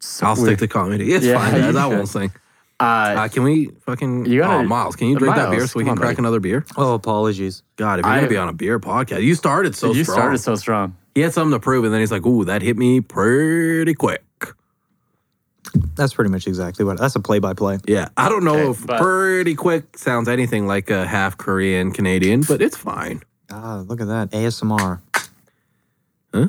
So I'll stick weird. to comedy. It's Yeah, fine, guys. you I should. won't sing. Uh, Uh, can we fucking? You gotta- oh, Miles, can you drink that Miles, beer so we can come on, crack buddy. another beer? Oh, apologies. God, if you're I- gonna be on a beer podcast, you started so you strong. started so strong. he had something to prove, and then he's like, "Ooh, that hit me pretty quick." That's pretty much exactly what. That's a play-by-play. Yeah, I don't know Okay, if but- "pretty quick" sounds anything like a half Korean Canadian, but it's fine. Ah, look at that ASMR. Huh?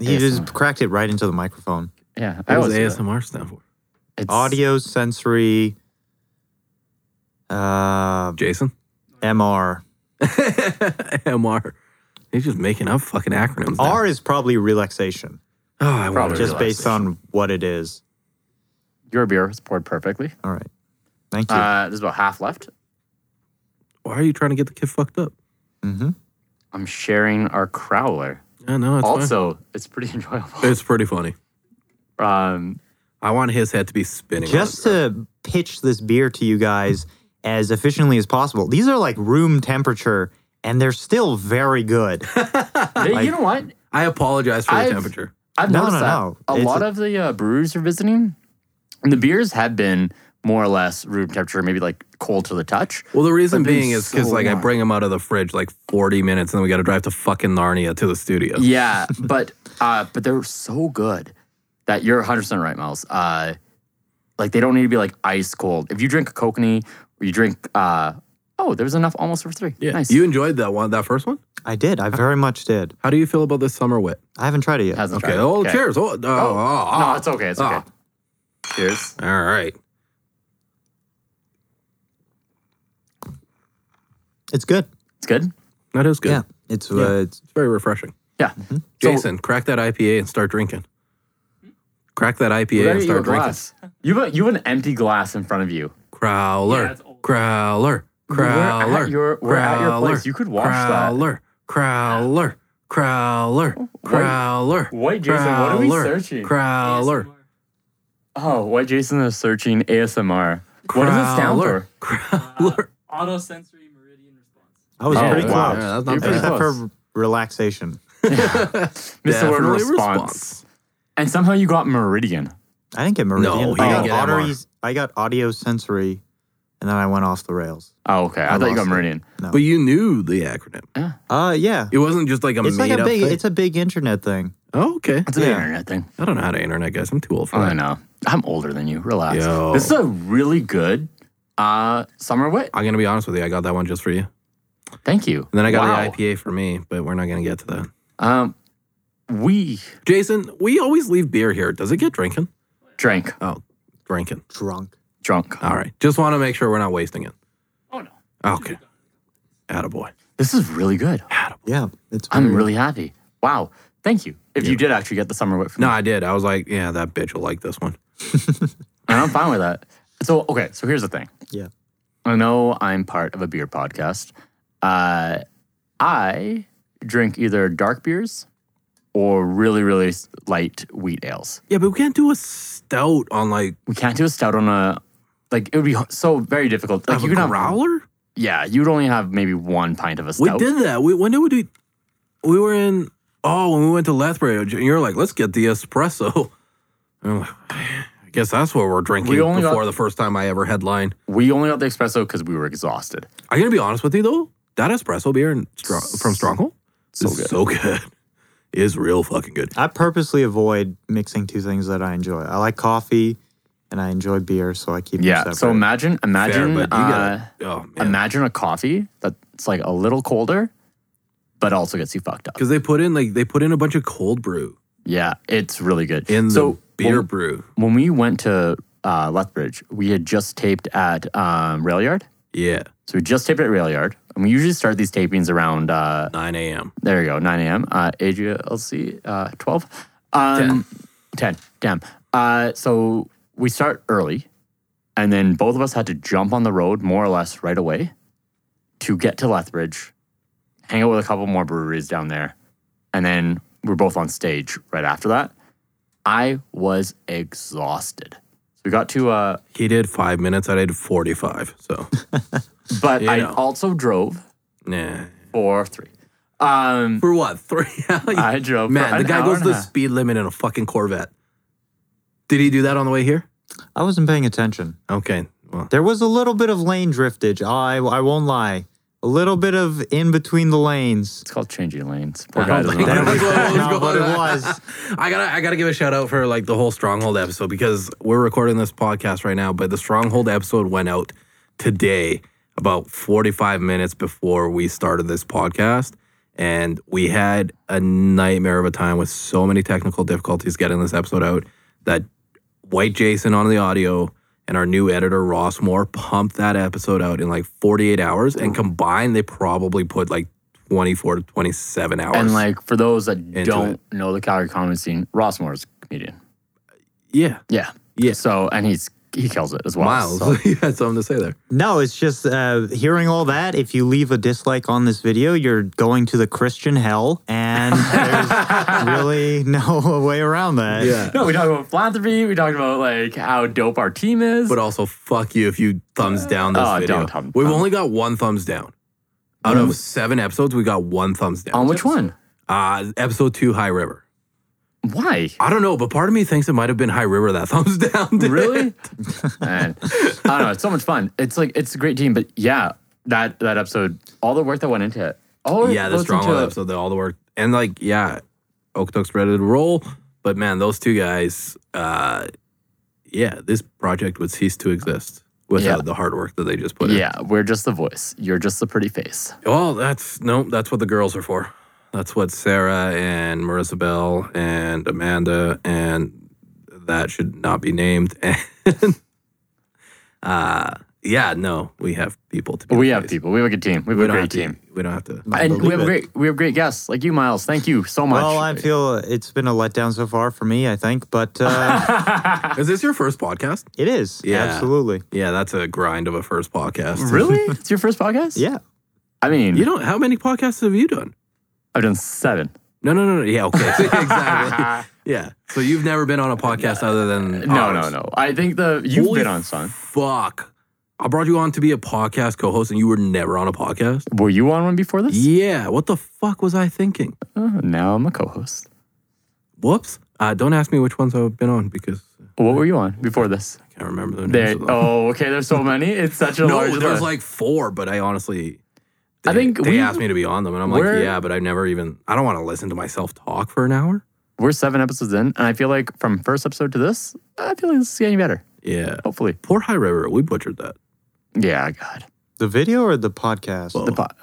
He ASMR. just cracked it right into the microphone. Yeah, I What does always do that. ASMR stand for? It's- Audio sensory. Uh, Jason, *laughs* MR. MR. He's just making up fucking acronyms. now. R is probably relaxation, Oh, I Probably. wanted just based on what it is. Your beer was poured perfectly. All right. Thank you. Uh, there's about half left. Why are you trying to get the kid fucked up? mm-hmm. I'm sharing our crowler. I know. It's also, also, it's pretty *laughs* enjoyable. it's pretty funny. *laughs* Um, I want his head to be spinning. Just around. to pitch this beer to you guys as efficiently as possible, these are like room temperature and they're still very *laughs* good. hey, you know what? I apologize for the I've- temperature. I've No, noticed no, that no. a It's lot a- of the uh, breweries are visiting, and the beers have been more or less room temperature, maybe like cold to the touch. Well, the reason I've been being is because so like I warm. bring him out of the fridge like 40 minutes, and then we got to drive to fucking Narnia to the studio. Yeah, but uh, but they're so good that you're 100 percent right, Miles. Uh, like they don't need to be like ice cold. If you drink a kokanee or you drink, uh, oh, there's enough almost for three. Yeah. nice. You enjoyed that one, that first one. I did. I very much did. How do you feel about this summer wit? I haven't tried it yet. Hasn't Okay. tried it. Oh, cheers. Oh, oh, oh, oh. No, it's okay. It's Ah. okay. Cheers. All right. It's good. It's good. That is good. Yeah. It's, uh, Yeah. it's It's very refreshing. Yeah. Jason, crack that IPA and start drinking. Crack that IPA Without and you, a start drinking. glass. You have a, you have an empty glass in front of you. Crowler. Yeah, it's old. crowler. We're at Crowler. your- we're at your place. You could wash that. crowler, Crowler. Crowler. Crowler. Wait, Jason, what are we crowler, searching? Crowler. Oh, what Jason is searching ASMR. What does it sound Crowler. for? *laughs* Crowler. Autosensory meridian response. I was Oh, pretty wow. close. Yeah, that's not You're pretty bad. Except close. for relaxation. Missed the word Definitely response. response. And somehow you got meridian. I didn't get meridian. No, he I, didn't got get audio, MR. I got audio sensory, and then I went off the rails. Oh, okay. I, I thought lost you got it. meridian. But you knew the acronym. Uh, yeah. It wasn't just like a It's made like a up big. thing. It's a big internet thing. oh, okay. That's an Yeah. internet thing. I don't know how to internet, guys. I'm too Oh, old for I that. know. I'm older than you. Relax. Yo. This is a really good uh, summer wit. I'm gonna be honest with you. I got that one just for you. Thank you. And then I got the wow. IPA for me, but we're not gonna get to that. Um, we Jason, we always leave beer here. Does it get drinking? drank Oh, drinking. Drunk. drunk. All right. Just want to make sure we're not wasting it. Oh no. Okay. Attaboy. This is really good. Yeah. It's. I'm very- really happy. Wow. Thank you. If you did actually get the summer wit from No, me. I did. I was like, yeah, that bitch will like this one. And I'm fine with that. So, okay. So here's the thing. Yeah. I know I'm part of a beer podcast. Uh, I drink either dark beers or really, really s- light wheat ales. Yeah, but we can't do a stout on like, We can't do a stout on a like. It would be h- so very difficult. Like like you a could have, growler. yeah, you'd only have maybe one pint of a we stout. did that. We when did we do? We were in. Oh, when we went to Lethbridge, and you're like, let's get the espresso. *laughs* And I'm like, I guess that's what we're drinking We only before got- the first time I ever headline. We only got the espresso because we were exhausted. I'm gonna be honest with you though. That espresso beer in Stro- from Stronghold So is good. so good. *laughs* Is real fucking good. I purposely avoid mixing two things that I enjoy. I like coffee, and I enjoy beer, so I keep. them Yeah. So separate. imagine, Fair, imagine, but you uh, gotta. Oh man. imagine a coffee that's like a little colder, but also gets you fucked up. Because they put in like they put in a bunch of cold brew Yeah, it's really good. in the so beer when, brew. when we went to uh, Lethbridge, we had just taped at um, Rail Yard. Yeah, So we just taped at Rail Yard, and we usually start these tapings around uh, 9 a.m. there you go, 9 a.m. Uh, AGLC uh, 12, um, 10. Damn. Uh, so we start early, and then both of us had to jump on the road more or less right away to get to Lethbridge, hang out with a couple more breweries down there, and then we're both on stage right after that. I was exhausted. So we got to uh, He did five minutes. I did 45. So, *laughs* but I Yeah. also drove nah. for three. Um, For what? Three *laughs* hours? I drove. for Man, the an guy hour goes and the a half. speed limit in a fucking Corvette. Did he do that on the way here? I wasn't paying attention. Okay. Well, There was a little bit of lane driftage. I I won't lie. A little bit of in between the lanes. It's called changing lanes. Poor I guy don't doesn't think know. that was what *laughs* was No, but going it on. was. I gotta I gotta give a shout out for like the whole Stronghold episode because we're recording this podcast right now, but the Stronghold episode went out today about 45 minutes before we started this podcast. And we had a nightmare of a time with so many technical difficulties getting this episode out that White Jason on the audio and our new editor Ross Moore pumped that episode out in like 48 hours and combined they probably put like 24 to 27 hours. And like for those that don't it. know the Calgary comedy scene, Ross Moore's a comedian. yeah. Yeah. Yeah. So and he's he kills it as well. Miles, *laughs* So, you had something to say *laughs* there. No, it's just uh, hearing all that. If you leave a dislike on this video, you're going to the Christian hell, and there's *laughs* really no *laughs* way around that. No, we talked about philanthropy. We talked about like how dope our team is. But also, fuck you if you thumbs down this Oh, video. don't thumb- We've thumb. only got one thumbs down. Out of seven episodes, we got one thumbs down. on which one? Uh, episode two, High River. *laughs* Why? I don't know, but part of me thinks it might have been High River that *laughs* thumbs down. did. Really? Man, I don't know. It's so much fun. It's like it's a great team. But yeah, that that episode, all the work that went into it. Oh Yeah, the stronghold episode, the all the work. And like, yeah, Oaktook's ready to roll. But man, those two guys, uh, yeah, this project would cease to exist without Yeah. the hard work that they just put in. Yeah, we're just the voice. You're just the pretty face. Well, that's no, that's what the girls are for. That's what Sarah and Marissa Bell and Amanda and that should not be named. *laughs* And uh, yeah, no, we have people to. Be We the have face. people. We have a good team. We have We a don't great have team. To, we don't have to. I And we believe have it. great we have great guests like you, Miles. Thank you so much. Well, I feel it's been a letdown so far for me. I think, but *laughs* uh, *laughs* Is this your first podcast? it is Yeah. absolutely. Yeah, that's a grind of a first podcast. really? it's your first podcast? Yeah, I mean, You don't. How many podcasts have you done? I've done seven. No, no, no, no. Yeah, *laughs* okay, *laughs* exactly. Yeah. So you've never been on a podcast other than No, ours. no, no. I think the you've Holy been on some. Fuck. I brought you on to be a podcast co host and you were never on a podcast? Were you on one before this? Yeah. What the fuck was I thinking? Uh, now I'm a co-host. Whoops. Uh, don't ask me which ones I've been on because What were you on before this? I can't remember the names. There. of them. oh, okay. There's so many. It's such a large *laughs* no, there's list. like four, but I honestly. They, I think they we- asked me to be on them, and I'm like, we're- yeah, but I never even. I don't want to listen to myself talk for an hour. We're seven episodes in, and I feel like from first episode to this, I feel like this is getting better. Yeah. Hopefully. Poor High River, we butchered *laughs* that. Yeah. God. the video or the podcast? The po- *laughs*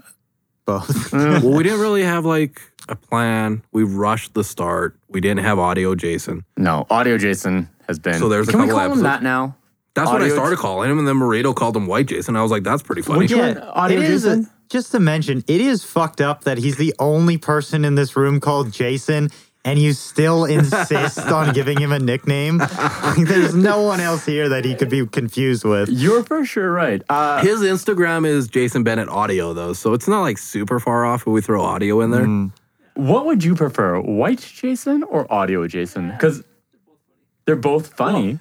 Mm. Both. well, we didn't really have like a plan. We rushed the start. We didn't have audio, Jason. no, Audio Jason has been. So there's a Can we couple call him episodes. that now? That's what I Audio- started calling him, and then Morito called him White Jason. I was like, "That's pretty funny." Which one? Audio it is. a- Jason? just to mention, it is fucked up that he's the only person in this room called Jason, and you still insist on giving him a nickname. Like, There's no one else here that he could be confused with. You're for sure right. *laughs* Uh, His Instagram is Jason Bennett Audio, though, so it's not like super far off when we throw audio in there. Mm. what would you prefer, White Jason or Audio Jason? Because they're both funny.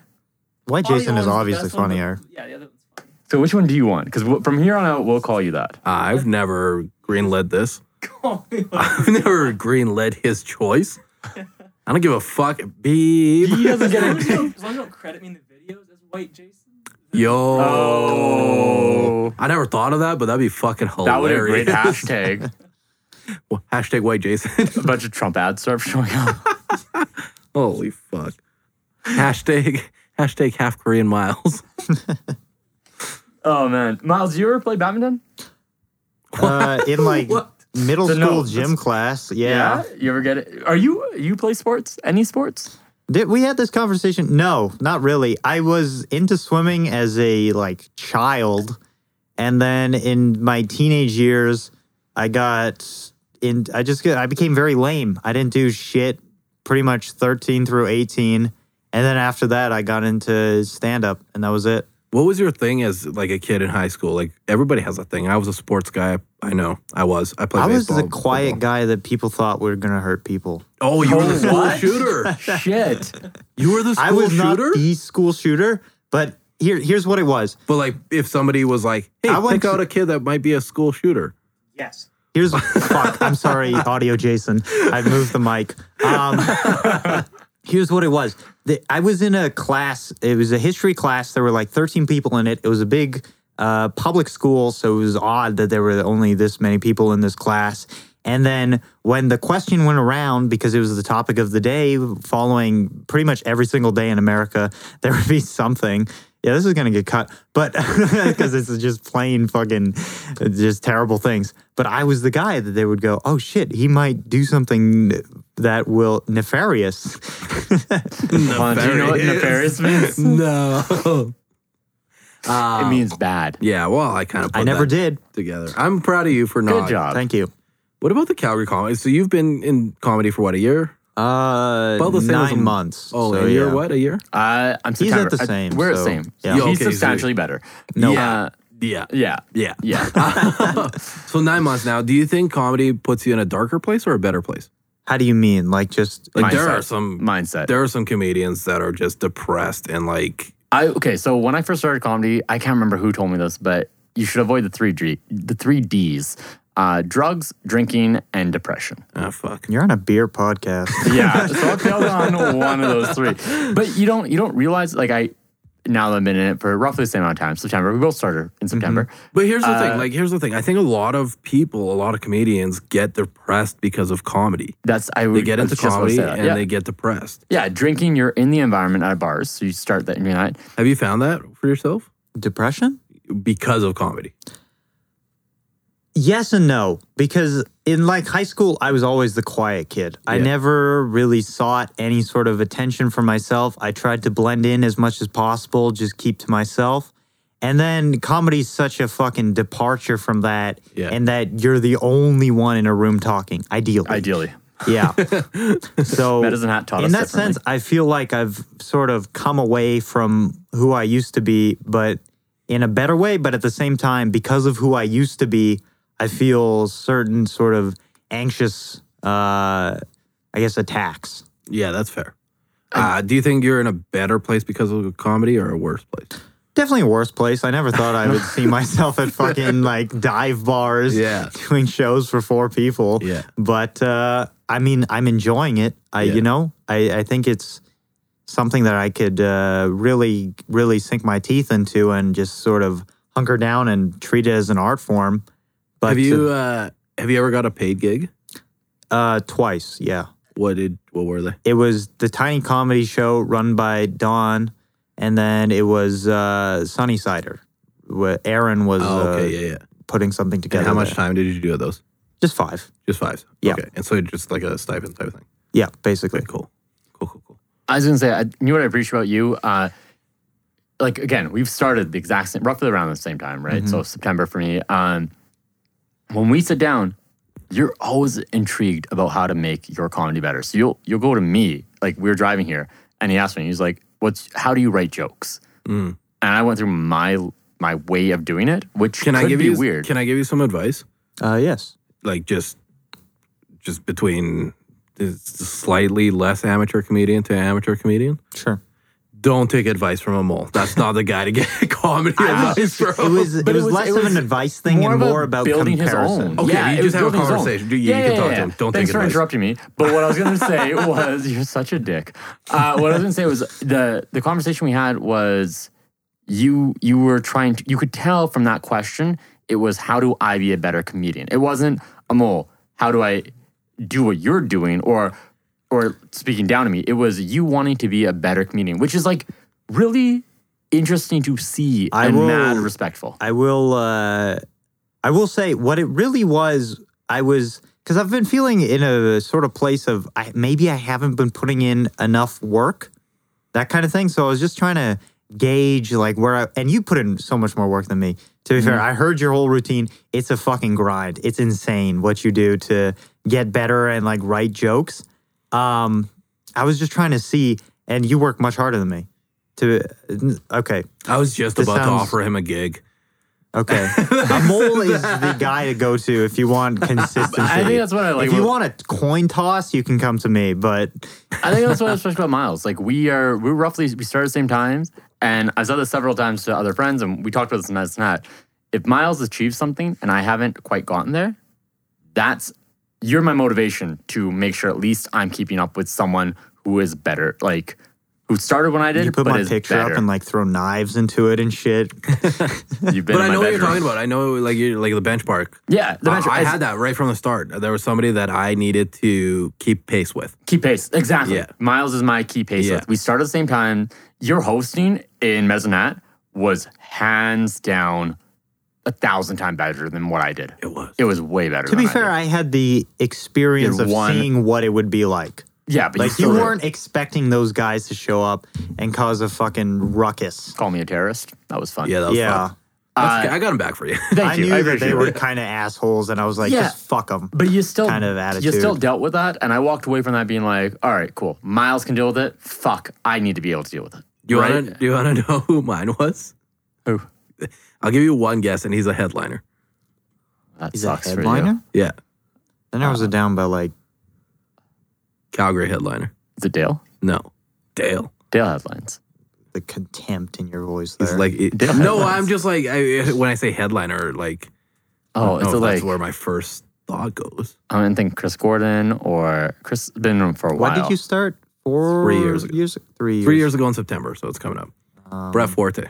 Why Jason Audio is one's the obviously best one, but- *laughs* funnier. Yeah, the other one's funny. So which one do you want? Because from here on out, we'll call you that. Uh, I've never greenlit this. *laughs* *laughs* I've never greenlit his *laughs* choice. I don't give a fuck, He beep. doesn't get As long as you it. don't- as long as you don't credit me in the videos as White Jason. *laughs* then- Yo, Oh. I never thought of that, but that'd be fucking hilarious. That would be a great *laughs* hashtag. *laughs* Hashtag White Jason. a bunch of Trump ad stuff showing up. Holy fuck. Hashtag hashtag half Korean miles. *laughs* Oh man, Miles, you ever play badminton? Uh, in like middle So, no, school that's- gym class, yeah. You ever get it? Are you you play sports? *laughs* Any sports? Did we had this conversation? No, not really. I was into swimming as a like child, and then in my teenage years, I got in. I just got- I became very lame. I didn't do shit pretty much thirteen through eighteen, and then after that, I got into stand up, and that was it. What was your thing as like a kid in high school? Like everybody has a thing. I was a sports guy. I know. I was. I played. I was the baseball, quiet football. guy that people thought were going to hurt people. Oh, you were the school What? shooter. Shit. You were the school *laughs* I was shooter. not the school shooter, but here, here's what it was. but like, if somebody was like, "Hey, I went pick out to- a kid that might be a school shooter," Yes. Here's fuck. I'm sorry, audio Jason. I moved the mic. Um, here's what it was. The, I was in a class. It was a history class. There were like 13 people in it. It was a big uh, public school, so it was odd that there were only this many people in this class. And then when the question went around, because it was the topic of the day, following pretty much every single day in America, *laughs* there would be something. Yeah, this is gonna get cut, but *laughs* because it's just plain fucking, just terrible things. But I was the guy that they would go, oh shit, he might do something that will nefarious. *laughs* Well, do you know what nefarious *laughs* means? no. Uh, it means bad. *laughs* yeah. Well, I kind of. I never did. together. I'm proud of you for not. Good job. Thank you. What about the Calgary comedy? So you've been in comedy for what a year? Uh, About the same as nine m- months. Oh, so, and you're yeah. what a year? Uh, I'm He's September. at the I- same, we're so- the same. yeah. Yeah, He's okay, so- substantially better. No. Yeah. Yeah. Yeah. Yeah. Yeah. so nine months now. Do you think comedy puts you in a darker place or a better place? How do you mean? Like just Like there are Mindset. some Mindset. there are some comedians that are just depressed and like I okay. So when I first started comedy, I can't remember who told me this, but you should avoid the three G, the three Ds: uh, drugs, drinking, and depression. ah fuck. you're on a beer podcast. Yeah. *laughs* so I failed on one of those three, but you don't you don't realize like I now that I've been in it for roughly the same amount of time. September. We both started in September. But here's the thing, Uh, like here's the thing. I think a lot of people, a lot of comedians get depressed because of comedy. That's I would They get I was into just about to comedy say that. and yeah. they get depressed. yeah. Drinking. You're in the environment at bars, so you start that and you're not. Have you found that for yourself? Depression? Because of comedy. Yes and no, because in like high school, I was always the quiet kid. I Yeah. never really sought any sort of attention for myself. I tried to blend in as much as possible, just keep to myself. And then comedy's such a fucking departure from that, Yeah. and that you're the only one in a room talking. Ideally, Ideally, yeah. so medicine hat taught us in that differently. sense, I feel like I've sort of come away from who I used to be, but in a better way. But at the same time, because of who I used to be, I feel certain sort of anxious, uh, I guess, attacks. Yeah, that's fair. Uh, do you think you're in a better place because of comedy or a worse place? Definitely a worse place. I never thought I would see myself at fucking like dive bars Yeah. doing shows for four people. Yeah. But uh, I mean, I'm enjoying it. I, Yeah. you know, I, I think it's something that I could uh, really, really sink my teeth into and just sort of hunker down and treat it as an art form. But have you uh, have you ever got a paid gig? uh, twice, yeah. What did what were they? It was the tiny comedy show run by Don, and then it was uh, Sunny Cider. Where Aaron was Oh, uh, okay, yeah, yeah. putting something And together. how much there. time did you do at those? Just five. Just five. Yeah. Okay. And so just like a stipend type of thing. Yeah, basically. Okay, cool. Cool, cool, cool. I was gonna say, I knew what I appreciate about you. Uh, like again, we've started the exact same, roughly around the same time, Mm-hmm. right? So September for me. Um, when we sit down, you're always intrigued about how to make your comedy better. So you'll you'll go to me, like we were driving here, and he asked me, he's like, "What's how do you write jokes?" Mm. And I went through my my way of doing it, which Can could I give be you weird. Can I give you some advice? Uh, yes. Like just just between this slightly less amateur comedian to amateur comedian. Sure. Don't take advice from a mole. That's not the guy to get *laughs* comedy advice from. It was it But it was was- less it of was an advice thing more and of a more about building his comparison. own. Okay, you it just was have a building his own. conversation. You- you can talk to him. Don't Thanks take for advice. interrupting me. But what I was going to say *laughs* was, you're such a dick. Uh, what I was going to say was the the conversation we had was you you were trying to you could tell from that question it was how do I be a better comedian? It wasn't a mole. How do I do what you're doing or or speaking down to me? It was you wanting to be a better comedian, which is like really interesting to see I and will- mad respectful. I will uh I will say what it really was I was cuz I've been feeling in a sort of place of I, maybe I haven't been putting in enough work that kind of thing so I was just trying to gauge like where I and you put in so much more work than me to be fair I heard your whole routine it's a fucking grind it's insane what you do to get better and like write jokes um I was just trying to see and you work much harder than me to okay, I was just This about to sounds- offer him a gig. okay. *laughs* a mole is the guy to go to if you want consistency. I think that's what I like. if you about- want a coin toss, you can come to me. But I think that's what I was special about Miles. Like we are, we roughly we started the same times, and I've said this several times to other friends, and we talked about this, and that's not. If Miles achieves something and I haven't quite gotten there, that's you're my motivation to make sure at least I'm keeping up with someone who is better, like who started when I did, you put but my is picture better. up and like throw knives into it and *laughs* shit. You've been But in I my know what you're bedroom. talking about. I know like you're like the bench park. Yeah, the bench. I- I it's- had that right from the start. There was somebody that I needed to keep pace with. Key pace. Exactly. Yeah. Miles is my key pace. Yeah. with. We started at the same time. Your hosting in Mezzanat was hands down a thousand times better than what I did. It was. It was way better. to be fair, I had the experience You're of one- seeing what it would be like. yeah, but Like you, you still weren't expecting those guys to show up and cause a fucking ruckus. call me a terrorist. That was fun. Yeah, that was yeah, fun. Uh, That's okay. I got him back for *laughs* you. Thank I Oh, you. knew I that appreciate they it. were kind of assholes, and I was like, Yeah. just fuck them. But you still kind of You attitude. still dealt with that, and I walked away from that being like, "All right, cool. Miles can deal with it. Fuck, I need to be able to deal with it." you right? wanna do you wanna know who mine was? Who? I'll give you one guess, and he's a headliner. That He's a sucks for you. Uh-huh. headliner. Yeah, Then I was down by like Calgary headliner. Is it Dale? No, Dale. Dale headlines. the contempt in your voice. There. He's like it- Dale no. headlines. I'm just like I, when I say headliner, like Oh, I don't it's know a if like that's where my first thought goes. I didn't think Chris Gordon or Chris been in for a while. When did you start? Four Three years ago. Years, three years. Three years ago in September, so it's coming up. Um, Brett Forte.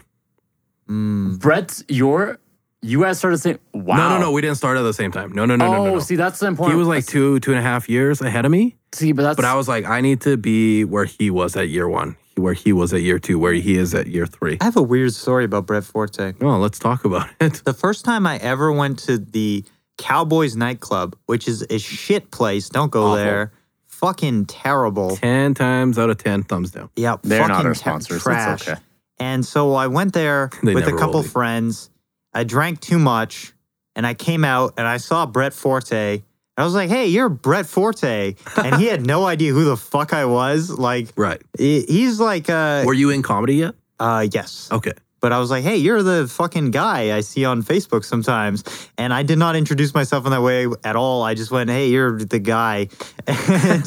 Mm, Brett's your you guys started saying wow. No, no, no. We didn't start at the same time. No, no, no, oh, no, no, no. see, that's the important. he was like two, two and a half years ahead of me. see, but that's But I was like, I need to be where he was at year one, where he was at year two, where he is at year three. I have a weird story about Brett Forte. Oh, let's talk about *laughs* it. The first time I ever went to the Cowboys nightclub, which is a shit place. Don't go Awful. there. Fucking terrible. Ten times out of ten, thumbs down. Yeah, They're not fucking our te- sponsors. It's Trash. okay. And so I went there *laughs* They with never a will couple be. friends. I drank too much, and I came out and I saw Brett Forte. I was like, "Hey, you're Brett Forte," and he had no *laughs* idea who the fuck I was. Like, Right. he- he's like, uh, Were you in comedy yet? uh, "Yes," Okay. but I was like, "Hey, you're the fucking guy I see on Facebook sometimes," and I did not introduce myself in that way at all. I just went, "Hey, you're the guy," *laughs* and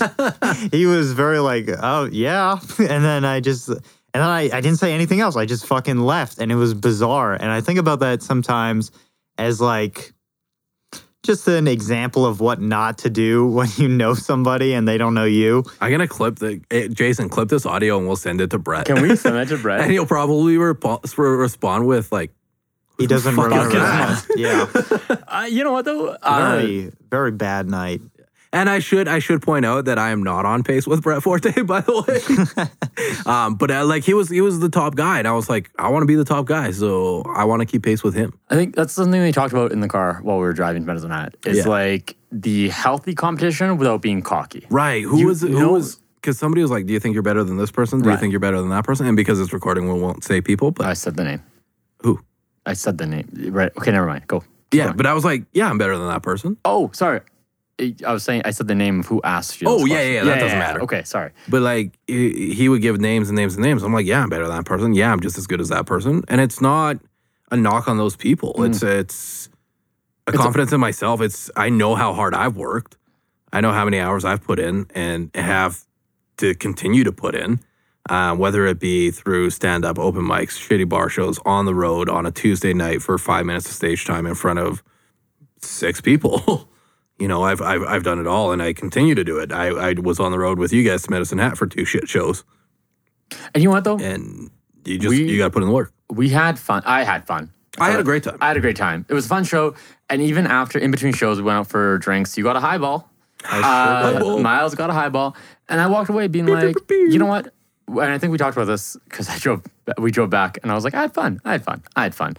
he was very like, "Oh yeah," *laughs* and then I just. And then I, I didn't say anything else. I just fucking left. And it was bizarre. And I think about that sometimes as like just an example of what not to do *laughs* when you know somebody and they don't know you. I'm gonna clip the eh, Jason. Clip this audio, and we'll send it to Brett. *laughs* Can we send that to *laughs* Brett? and he'll probably repo- respond with like, He doesn't fuck is remember. that? that. Yeah. uh, you know what though? Uh, Very, very bad night. And I should I should point out that I am not on pace with Brett Forte, *laughs* by the way. *laughs* um, but uh, like he was he was the top guy, and I was like, I want to be the top guy, so I want to keep pace with him. I think that's something we talked about in the car while we were driving to Medicine Hat. It's Yeah. like the healthy competition without being cocky. Right? Who You was who know- was because somebody was like, Do you think you're better than this person? Do you Right. think you're better than that person? And because it's recording, we won't say people. But I said the name. Who? I said the name. Right. Okay, never mind. Go. yeah, but I was like, Yeah, I'm better than that person. Oh, sorry. I I was saying I said the name of who asked you. Oh, this yeah, question. yeah, yeah, that doesn't matter. Okay, sorry. But like he he would give names and names and names. I'm like, Yeah, I'm better than that person. Yeah, I'm just as good as that person. And it's not a knock on those people. It's Mm. it's a confidence in myself. It's I know how hard I've worked. I know how many hours I've put in and have to continue to put in, uh, whether it be through stand up, open mics, shitty bar shows, on the road on a Tuesday night for five minutes of stage time in front of six people. *laughs* you know, I've, I've I've done it all, and I continue to do it. I, I was on the road with you guys to Medicine Hat for two shit shows, And you know what though? and you just We- you got to put in the work. We had fun. I had fun. I had a great time. I had a great time. It was a fun show. And even after, in between shows, we went out for drinks. You got a highball. Uh, highball. Miles got a highball. And I walked away being like, you know what? And I think we talked about this because I drove, we drove back and I was like, I had fun. I had fun. I *laughs* had fun.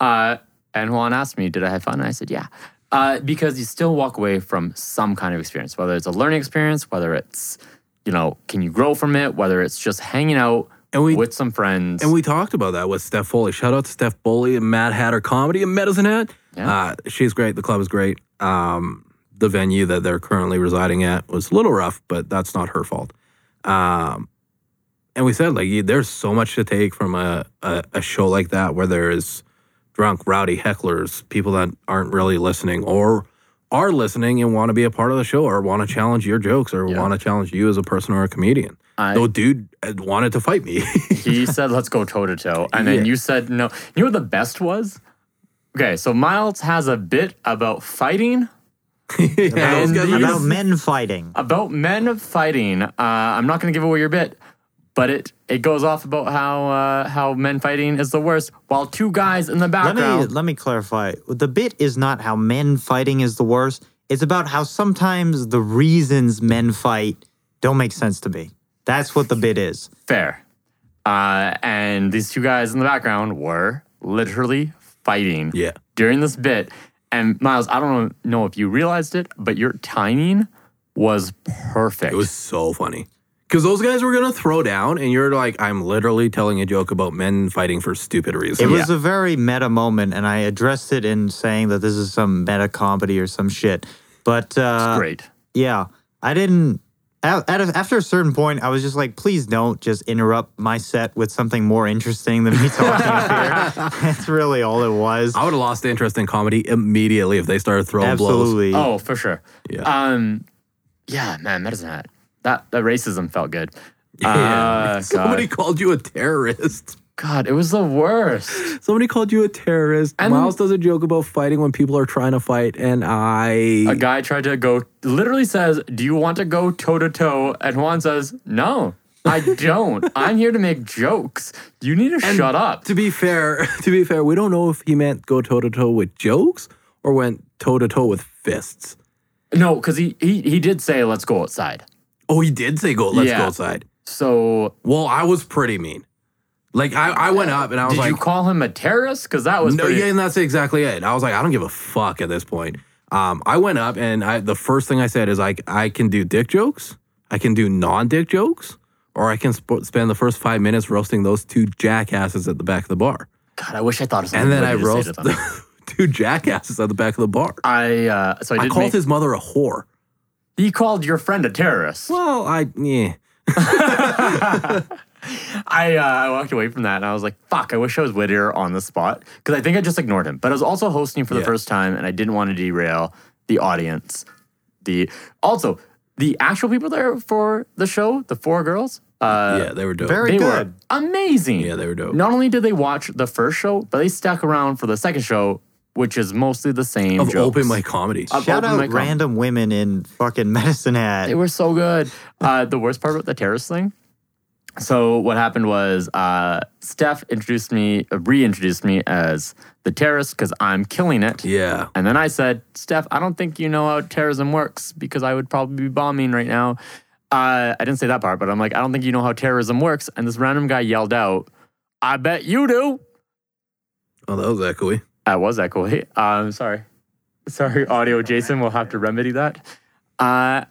Uh, and Juan asked me, did I have fun? And I said, yeah. Uh, because you still walk away from some kind of experience, whether it's a learning experience, whether it's, you know, can you grow from it, whether it's just hanging out And we- with some friends. And we talked about that with Steph Foley. Shout out to Steph Foley and Mad Hatter Comedy and Medicine Hat. Yeah. Uh, she's great. The club is great. Um, the venue that they're currently residing at was a little rough, but that's not her fault. Um, and we said like you- there's so much to take from a, a, a show like that where there's drunk rowdy hecklers people that aren't really listening or are listening and want to be a part of the show or want to challenge your jokes or Yeah. want to challenge you as a person or a comedian I- no dude uh, wanted to fight me *laughs* he said, let's go toe to toe. And then Yeah. you said, no. You know what the best was? Okay, so Miles has a bit about fighting, Yeah, those And guys are these- just- About men fighting. about men fighting. Uh, I'm not going to give away your bit, but it, it goes off about how uh, how men fighting is the worst, while two guys in Let the me background. let me clarify. The bit is not how men fighting is the worst. It's about how sometimes the reasons men fight don't make sense to me. That's what the bit is. Fair. Uh, and these two guys in the background were literally fighting yeah during this bit. And Miles, I don't know if you realized it, but your timing was perfect. It was so funny. Because those guys were going to throw down, and you're like, I'm literally telling a joke about men fighting for stupid reasons. It was a very meta moment, and I addressed it in saying that this is some meta comedy or some shit. But uh, great. yeah, I didn't. At, at a, after a certain point, I was just like, please don't just interrupt my set with something more interesting than me talking here. That's really all it was. I would have lost interest in comedy immediately if they started throwing blows. Absolutely. Oh, for sure. Yeah. Um, yeah, man, medicine hat. That that racism felt good. *laughs* Yeah. *laughs* Uh, Somebody God. called you a terrorist. God, it was the worst. Somebody called you a terrorist. And- Miles does a joke about fighting when people are trying to fight, and A I. guy tried to go. Literally says, "Do you want to go toe to toe?" And Juan says, "No, I *laughs* don't. I'm here to make jokes. You need to shut up." To be fair, *laughs* to be fair, we don't know if he meant go toe to toe with jokes or went toe to toe with fists. No, because he, he he did say, "Let's go outside." Oh, he did say go. Let's Yeah. go outside. So Well, I was pretty mean. Like I, I went up and I was did like, you call him a terrorist? Because that was No, pretty- yeah, and that's exactly it. I was like, I don't give a fuck at this point. Um, I went up and I the first thing I said is like, I can do dick jokes, I can do non-dick jokes, or I can sp- spend the first five minutes roasting those two jackasses at the back of the bar, God, I wish I thought of and something. then I witty to say roast to them. *laughs* two jackasses at the back of the bar. I uh, so I I did. called make- his mother a whore. he called your friend a terrorist. Well, I yeah. I uh, I walked away from that and I was like, fuck, I wish I was wittier on the spot because I think I just ignored him. But I was also hosting for the Yeah. first time and I didn't want to derail the audience. The also the actual people there for the show, the four girls, uh, yeah, they were dope. very they good. were amazing. yeah, they were dope. Not only did they watch the first show, but they stuck around for the second show, which is mostly the same of jokes. open mic comedy. Of Shout open out mic com- random women in fucking *laughs* medicine hat. They were so good. Uh, the worst part about the terrorist thing. So what happened was uh, Steph introduced me, uh, reintroduced me as the terrorist because I'm killing it. yeah, And then I said, Steph, I don't think you know how terrorism works because I would probably be bombing right now. Uh, I didn't say that part, but I'm like, I don't think you know how terrorism works. And this random guy yelled out, I bet you do. oh, that was echoey. That was echoey. Um, sorry. Sorry, audio Jason. We'll have to remedy that. Uh,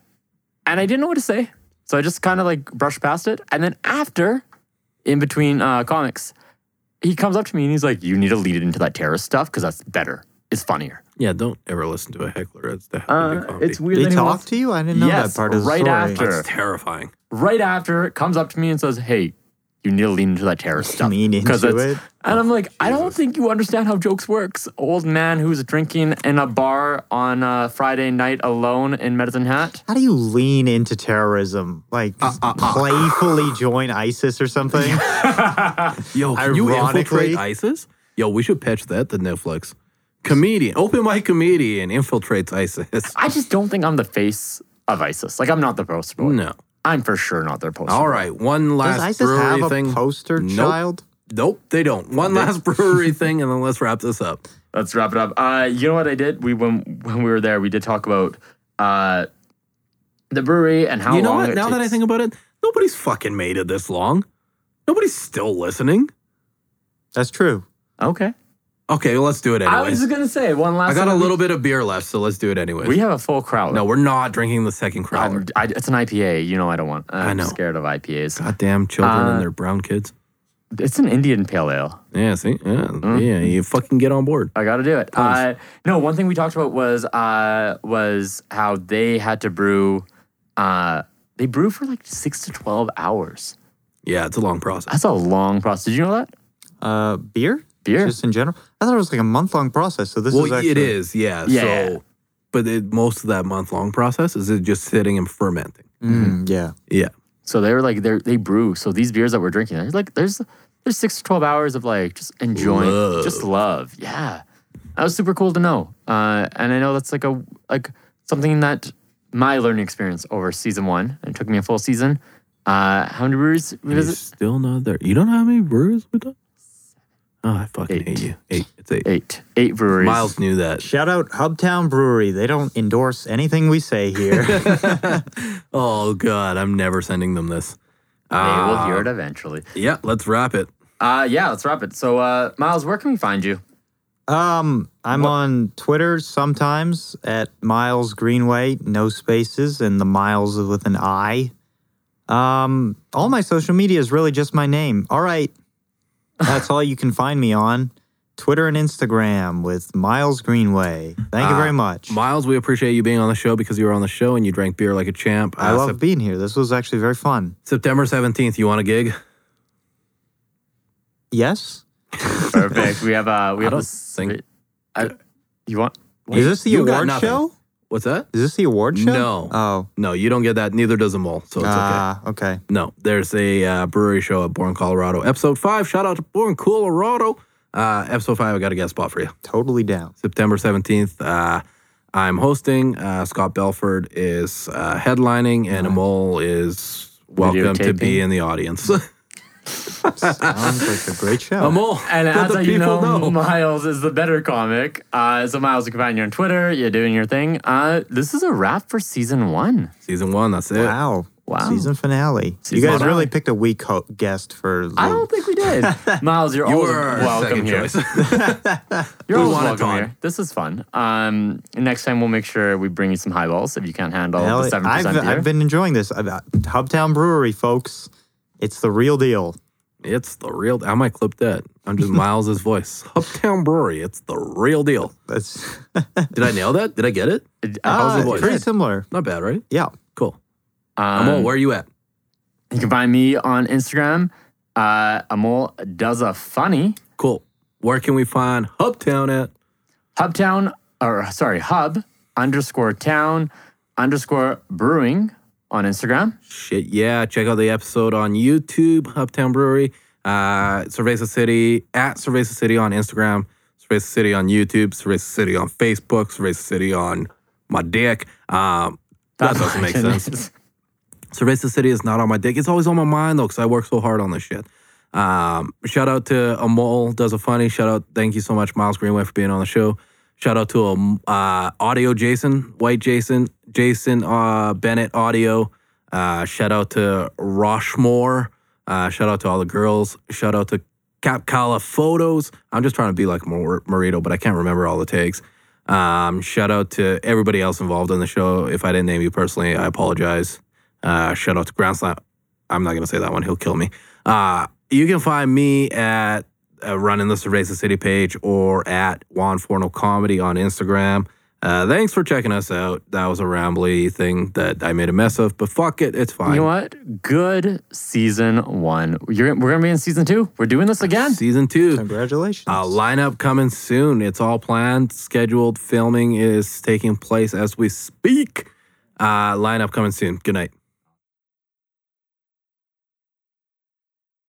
and I didn't know what to say. So I just kind of like brushed past it. And then after, in between uh, comics, he comes up to me and he's like, You need to lead it into that terrorist stuff because that's better. It's funnier. Yeah, don't ever listen to a heckler. It's the comedy. Uh, it's weird. They that he talk wants- to you? I didn't know Yes, that part of the right story. after. That's terrifying. Right after, comes up to me and says, Hey, you need to lean *laughs* into that terrorist stuff. Lean 'Cause into it's- it? And I'm like, I don't think you understand how jokes works. Old man who's drinking in a bar on a Friday night alone in Medicine Hat. How do you lean into terrorism? Like playfully join ISIS or something? Yo, can you Ironically- infiltrate ISIS? Yo, we should pitch that to Netflix. Comedian, open mic comedian infiltrates ISIS. I just don't think I'm the face of ISIS. Like I'm not the poster boy. No. I'm for sure not their poster. All boy. right, one Does last ISIS brewery have a thing. poster Nope. child? Nope, they don't. One last brewery *laughs* thing, and then let's wrap this up. Let's wrap it up. Uh, you know what I did? We when when we were there, we did talk about uh, the brewery and how you know long what? it Now that I takes. think about it, nobody's fucking made it this long. Nobody's still listening. That's true. okay. Okay, well, let's do it I was anyways. just gonna say one last. I got a thing. little bit of beer left, so let's do it anyways. We have a full crowd. no, we're not drinking the second crowd. I'm, I, it's an IPA. You know I don't want. I'm know. scared of IPAs. Goddamn children Uh, and their brown kids. It's an Indian pale ale. Yeah, see? Yeah, Mm-hmm. yeah, you fucking get on board. I got to do it. Uh, no, one thing we talked about was uh, was how they had to brew. Uh, they brew for like six to twelve hours. Yeah, it's a long process. That's a long process. Did you know that? Uh, beer? Beer. Just in general? I thought it was like a month long process. So this well, is actually. it is, yeah. Yeah. So, but it, most of that month long process is it just sitting and fermenting. Mm, yeah. Yeah. So they were like they they brew. So these beers that we're drinking, there's like there's there's six to twelve hours of like just enjoying, Love. just love. Yeah, that was super cool to know. Uh, and I know that's like a like something that my learning experience over season one. and It took me a full season. Uh, how many breweries And was you're it? still not there. You don't know how many brewers we done? Oh, I fucking Eight. hate you. Eight. It's eight. Eight, eight breweries. Miles knew that. Shout out Hubtown Brewery. They don't endorse anything we say here. Oh god, I'm never sending them this. They will Ah, hear it eventually. Yeah, let's wrap it. Uh, yeah, let's wrap it. So, uh, Miles, where can we find *laughs* you? um, I'm on Twitter sometimes at Miles Greenway, no spaces, and the Miles is with an I. Um, all my social media is really just my name. All right. That's all you can find me on Twitter and Instagram with Miles Greenway. Thank you Ah, very much. Miles, we appreciate you being on the show because you were on the show and you drank beer like a champ. I Uh, love Sep- being here. This was actually very fun. September 17th, you want a gig? Yes? Perfect. we have uh, we have don't this- think- I, you want? Is this the You got award nothing. show? What's that? Is this the award show? No. Oh. No, you don't get that. Neither does a mole. So it's okay. Ah, okay. No, there's a uh, brewery show at Bourne, Colorado. Episode five. Shout out to Bourne, Colorado. Uh, episode five. I got a guest spot for you. Totally *laughs* down. September seventeenth. Uh, I'm hosting. Uh, Scott Belford is uh, headlining, and Amol is welcome to be Videotaping. in the audience. *laughs* Sounds like a great show. Amol, And let as the I you people know, Miles is the better comic. Uh, so Miles, you can find you on Twitter. You're doing your thing. Uh, this is a wrap for season one. Season one. That's it. Wow. Wow. Season finale. Season you guys finale. really picked a weak ho- guest for. I don't think *laughs* we did. Miles, you're You always were our second welcome here. choice. *laughs* You're We always want it welcome on. here. This is fun. Um, next time we'll make sure we bring you some highballs if you can't handle Hell, the seven I've, percent beer. I've been enjoying this. I've, uh, Hubtown Brewery, folks. It's the real deal. it's the real. I might clip that. I'm just Miles's voice. *laughs* Uptown Brewery. It's the real deal. That's *laughs* Did I nail that? Did I get it? Ah, Uh, the it's voice? pretty similar. Not bad, right? Yeah. Cool. Um, Amol, where are you at? You can find me on Instagram. Uh, Amol does a funny Cool. Where can we find Hubtown at? Hubtown or sorry Hub underscore Town underscore Brewing on Instagram. Shit, yeah. Check out the episode on YouTube, Hubtown Brewery, uh, Cerveza City, at Cerveza City on Instagram, Cerveza City on YouTube, Cerveza City on Facebook, Cerveza City on my dick. Um, that doesn't *laughs* *laughs* make sense. Cerveza City is not on my dick. It's always on my mind though, because I work so hard on this shit. Um, shout out to Amol does a funny. Shout out, thank you so much, Miles Greenway, for being on the show. Shout out to um, uh, Audio Jason, White Jason, Jason uh, Bennett Audio. Uh, shout out to Roshmore. Uh, shout out to all the girls. Shout out to Capcala Photos. I'm just trying to be like Mor- Morito, but I can't remember all the tags. Um, shout out to everybody else involved on the show. If I didn't name you personally, I apologize. Uh, shout out to Ground Slam. I'm not going to say that one. He'll kill me. Uh, you can find me at uh, running the Cerveza City page or at Juan Forno Comedy on Instagram. Uh, thanks for checking us out. That was a rambly thing that I made a mess of, but fuck it. It's fine. You know what? Good season one. You're, we're gonna be in season two. We're doing this again. Season two. Congratulations. Uh, lineup coming soon. It's all planned, scheduled. Filming is taking place as we speak. Uh, lineup coming soon. Good night.